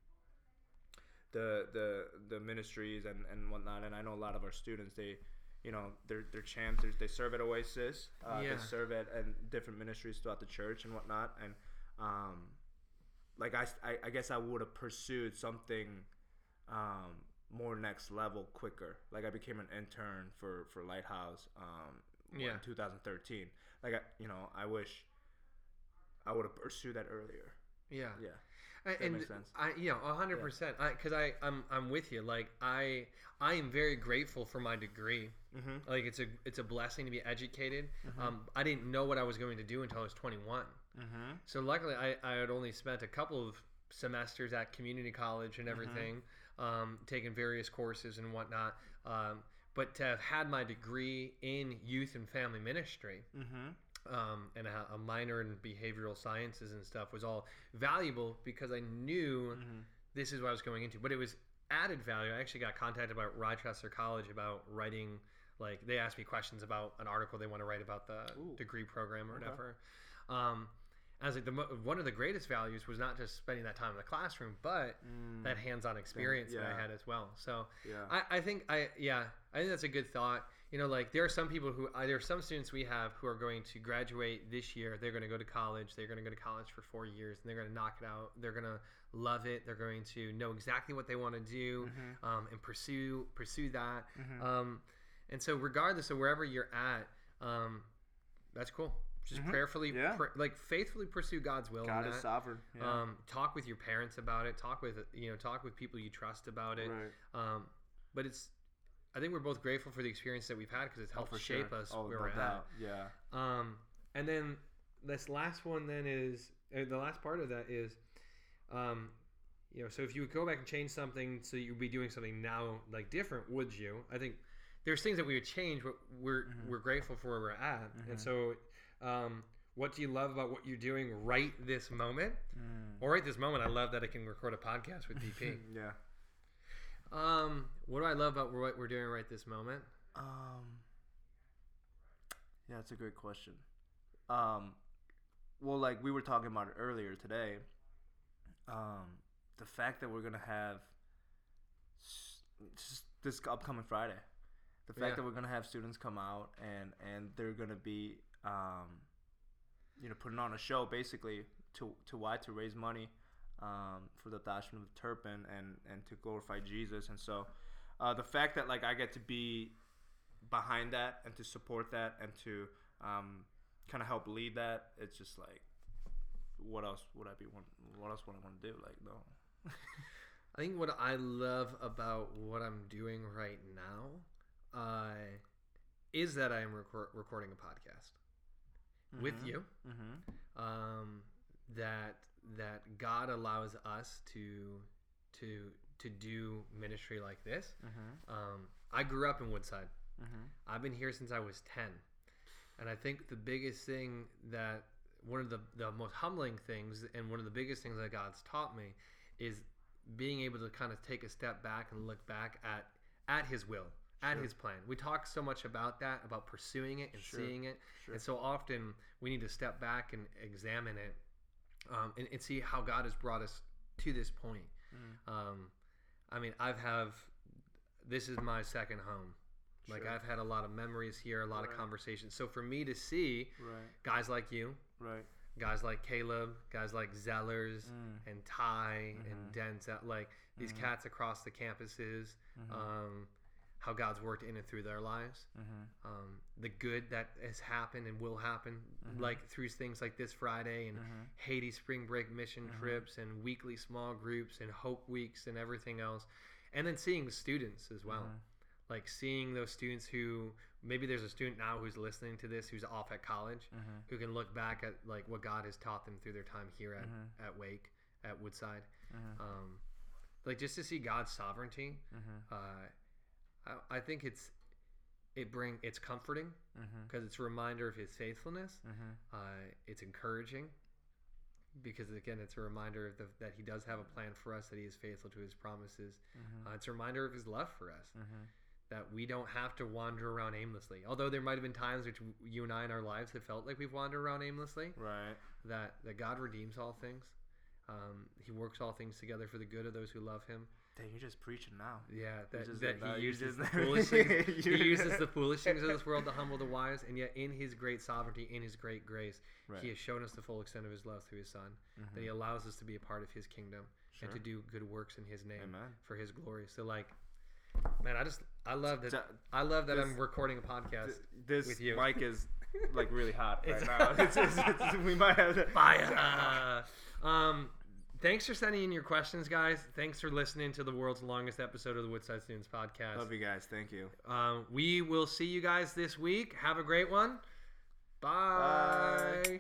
[SPEAKER 2] the the the ministries and, and whatnot. And I know a lot of our students they. You know, they're, they're champs. They're, they serve at Oasis. Uh,
[SPEAKER 1] Yeah.
[SPEAKER 2] They serve at and different ministries throughout the church and whatnot. And um, like I, I, I guess I would have pursued something um, more next level quicker. Like I became an intern for for Lighthouse um,
[SPEAKER 1] Yeah.
[SPEAKER 2] in 2013. Like I, you know, I wish I would have pursued that earlier.
[SPEAKER 1] Yeah.
[SPEAKER 2] Yeah.
[SPEAKER 1] I-
[SPEAKER 2] That
[SPEAKER 1] and
[SPEAKER 2] makes sense.
[SPEAKER 1] I, you know, hundred percent. Because I, I'm, I'm with you. Like I, I am very grateful for my degree.
[SPEAKER 2] Mhm.
[SPEAKER 1] Like it's a, it's a blessing to be educated. Um, I didn't know what I was going to do until I was 21.
[SPEAKER 2] Mm-hmm.
[SPEAKER 1] So luckily, I, I had only spent a couple of semesters at community college and everything, um, taking various courses and whatnot. Um, but to have had my degree in youth and family ministry
[SPEAKER 2] Mm-hmm.
[SPEAKER 1] um, and a, a minor in behavioral sciences and stuff was all valuable because I knew
[SPEAKER 2] Mm-hmm.
[SPEAKER 1] this is what I was going into. But it was added value. I actually got contacted by Rochester College about writing. Like they asked me questions about an article they want to write about the
[SPEAKER 2] Ooh.
[SPEAKER 1] degree program or whatever. Um, I was like, the, mo- one of the greatest values was not just spending that time in the classroom, but that hands-on experience that I
[SPEAKER 2] Mm. yeah.
[SPEAKER 1] had as well. So
[SPEAKER 2] Mm-hmm. Yeah.
[SPEAKER 1] I, I think I yeah I think that's a good thought. You know, like there are some people who I, there are some students we have who are going to graduate this year. They're going to go to college. They're going to go to college for four years, and they're going to knock it out. They're going to love it. They're going to know exactly what they want to
[SPEAKER 2] Mm-hmm.
[SPEAKER 1] do um, and pursue pursue that. Um, and so, regardless of wherever you're at, um, that's cool. Just prayerfully,
[SPEAKER 2] Mm-hmm. Yeah.
[SPEAKER 1] pr- like faithfully pursue God's will. in
[SPEAKER 2] God is
[SPEAKER 1] that.
[SPEAKER 2] sovereign. Yeah.
[SPEAKER 1] Um, talk with your parents about it. Talk with you know talk with people you trust about it.
[SPEAKER 2] Right.
[SPEAKER 1] Um, but it's I think we're both grateful for the experience that we've had because it's helped shape us
[SPEAKER 2] Oh,
[SPEAKER 1] where
[SPEAKER 2] no
[SPEAKER 1] we're
[SPEAKER 2] doubt. Yeah.
[SPEAKER 1] at. Um, and then this last one then is uh, the last part of that is, um, you know, so if you would go back and change something, so you'd be doing something now like different, would you? I think there's things that we would change, but we're we're grateful for where we're at, and so. Um, what do you love about what you're doing right this moment? Or right this moment, I love that I can record a podcast with DP.
[SPEAKER 2] Yeah.
[SPEAKER 1] Um, what do I love about what we're doing right this moment?
[SPEAKER 2] Um. Yeah, that's a great question. Um, well, like we were talking about it earlier today. Um, the fact that we're gonna have s- s- this upcoming Friday, the fact
[SPEAKER 1] Yeah.
[SPEAKER 2] that we're gonna have students come out and and they're gonna be um, you know, putting on a show basically to to why to raise money um, for the adoption of Turpin and and to glorify Jesus. And so, uh, the fact that like I get to be behind that and to support that and to um, kind of help lead that, it's just like, what else would I be? Want, what else would I want to do? Like no.
[SPEAKER 1] I think what I love about what I'm doing right now uh, is that I am recor- recording a podcast with you.
[SPEAKER 2] Mm-hmm.
[SPEAKER 1] Um, that that God allows us to to to do ministry like this.
[SPEAKER 2] mm-hmm,
[SPEAKER 1] Um, I grew up in Woodside. I've been here since I was 10. And I think the biggest thing that one of the, the most humbling things and one of the biggest things that God's taught me is being able to kind of take a step back and look back at at his will, at his plan. We talk so much about that, about pursuing it and seeing it. And so often we need to step back and examine it um, and, and see how God has brought us to this point.
[SPEAKER 2] Mm.
[SPEAKER 1] Um, I mean, I've have this is my second home. Like
[SPEAKER 2] Sure.
[SPEAKER 1] I've had a lot of memories here, a lot of
[SPEAKER 2] Right.
[SPEAKER 1] conversations. So for me to see
[SPEAKER 2] Right.
[SPEAKER 1] guys like you,
[SPEAKER 2] Right. Mm,
[SPEAKER 1] guys like Caleb, guys like Zellers and Ty
[SPEAKER 2] Mm-hmm.
[SPEAKER 1] and Denzel, like these cats across the campuses,
[SPEAKER 2] mm-hmm,
[SPEAKER 1] um, how God's worked in and through their lives,
[SPEAKER 2] mm-hmm,
[SPEAKER 1] um, the good that has happened and will happen, like through things like this Friday
[SPEAKER 2] Mm-hmm.
[SPEAKER 1] and Haiti spring break mission trips and weekly small groups and hope weeks and everything else, and then seeing students as well.
[SPEAKER 2] Mm-hmm.
[SPEAKER 1] Like seeing those students who maybe there's a student now who's listening to this who's off at college
[SPEAKER 2] Mm-hmm,
[SPEAKER 1] who can look back at like what God has taught them through their time here at,
[SPEAKER 2] mm-hmm,
[SPEAKER 1] at Wake at Woodside, um, like just to see God's sovereignty.
[SPEAKER 2] mm-hmm,
[SPEAKER 1] Uh, I, I think it's it bring it's comforting
[SPEAKER 2] mm-hmm,
[SPEAKER 1] because it's a reminder of His faithfulness. Uh, it's encouraging because again, it's a reminder of the, that He does have a plan for us that He is faithful to His promises.
[SPEAKER 2] mm-hmm,
[SPEAKER 1] Uh, it's a reminder of His love for us that we don't have to wander around aimlessly. Although there might have been times which you and I in our lives have felt like we've wandered around aimlessly,
[SPEAKER 2] Right.
[SPEAKER 1] that, that God redeems all things. Um, he works all things together for the good of those who love him.
[SPEAKER 2] Dang, you're just preaching now.
[SPEAKER 1] Yeah,
[SPEAKER 2] just
[SPEAKER 1] that, that
[SPEAKER 2] did that.
[SPEAKER 1] he
[SPEAKER 2] You
[SPEAKER 1] uses
[SPEAKER 2] just-
[SPEAKER 1] the foolish things,
[SPEAKER 2] You-
[SPEAKER 1] he uses the foolish things of this world to humble the wise, and yet in his great sovereignty, in his great grace,
[SPEAKER 2] Right. Mm-hmm,
[SPEAKER 1] he has shown us the full extent of his love through his son. That he allows us to be a part of his kingdom and to do good works in his name
[SPEAKER 2] Amen.
[SPEAKER 1] for his glory. So like man, I just I love that
[SPEAKER 2] So-
[SPEAKER 1] I love that
[SPEAKER 2] this-
[SPEAKER 1] I'm recording a podcast.
[SPEAKER 2] Th- This
[SPEAKER 1] With you.
[SPEAKER 2] mic is like really hot right
[SPEAKER 1] It's-
[SPEAKER 2] now. It's, it's, it's, we might have to-
[SPEAKER 1] Fire! Um, thanks for sending in your questions, guys. Thanks for listening to the world's longest episode of the Woodside Students Podcast.
[SPEAKER 2] Love you guys. Thank you.
[SPEAKER 1] Um, we will see you guys this week. Have a great one. Bye.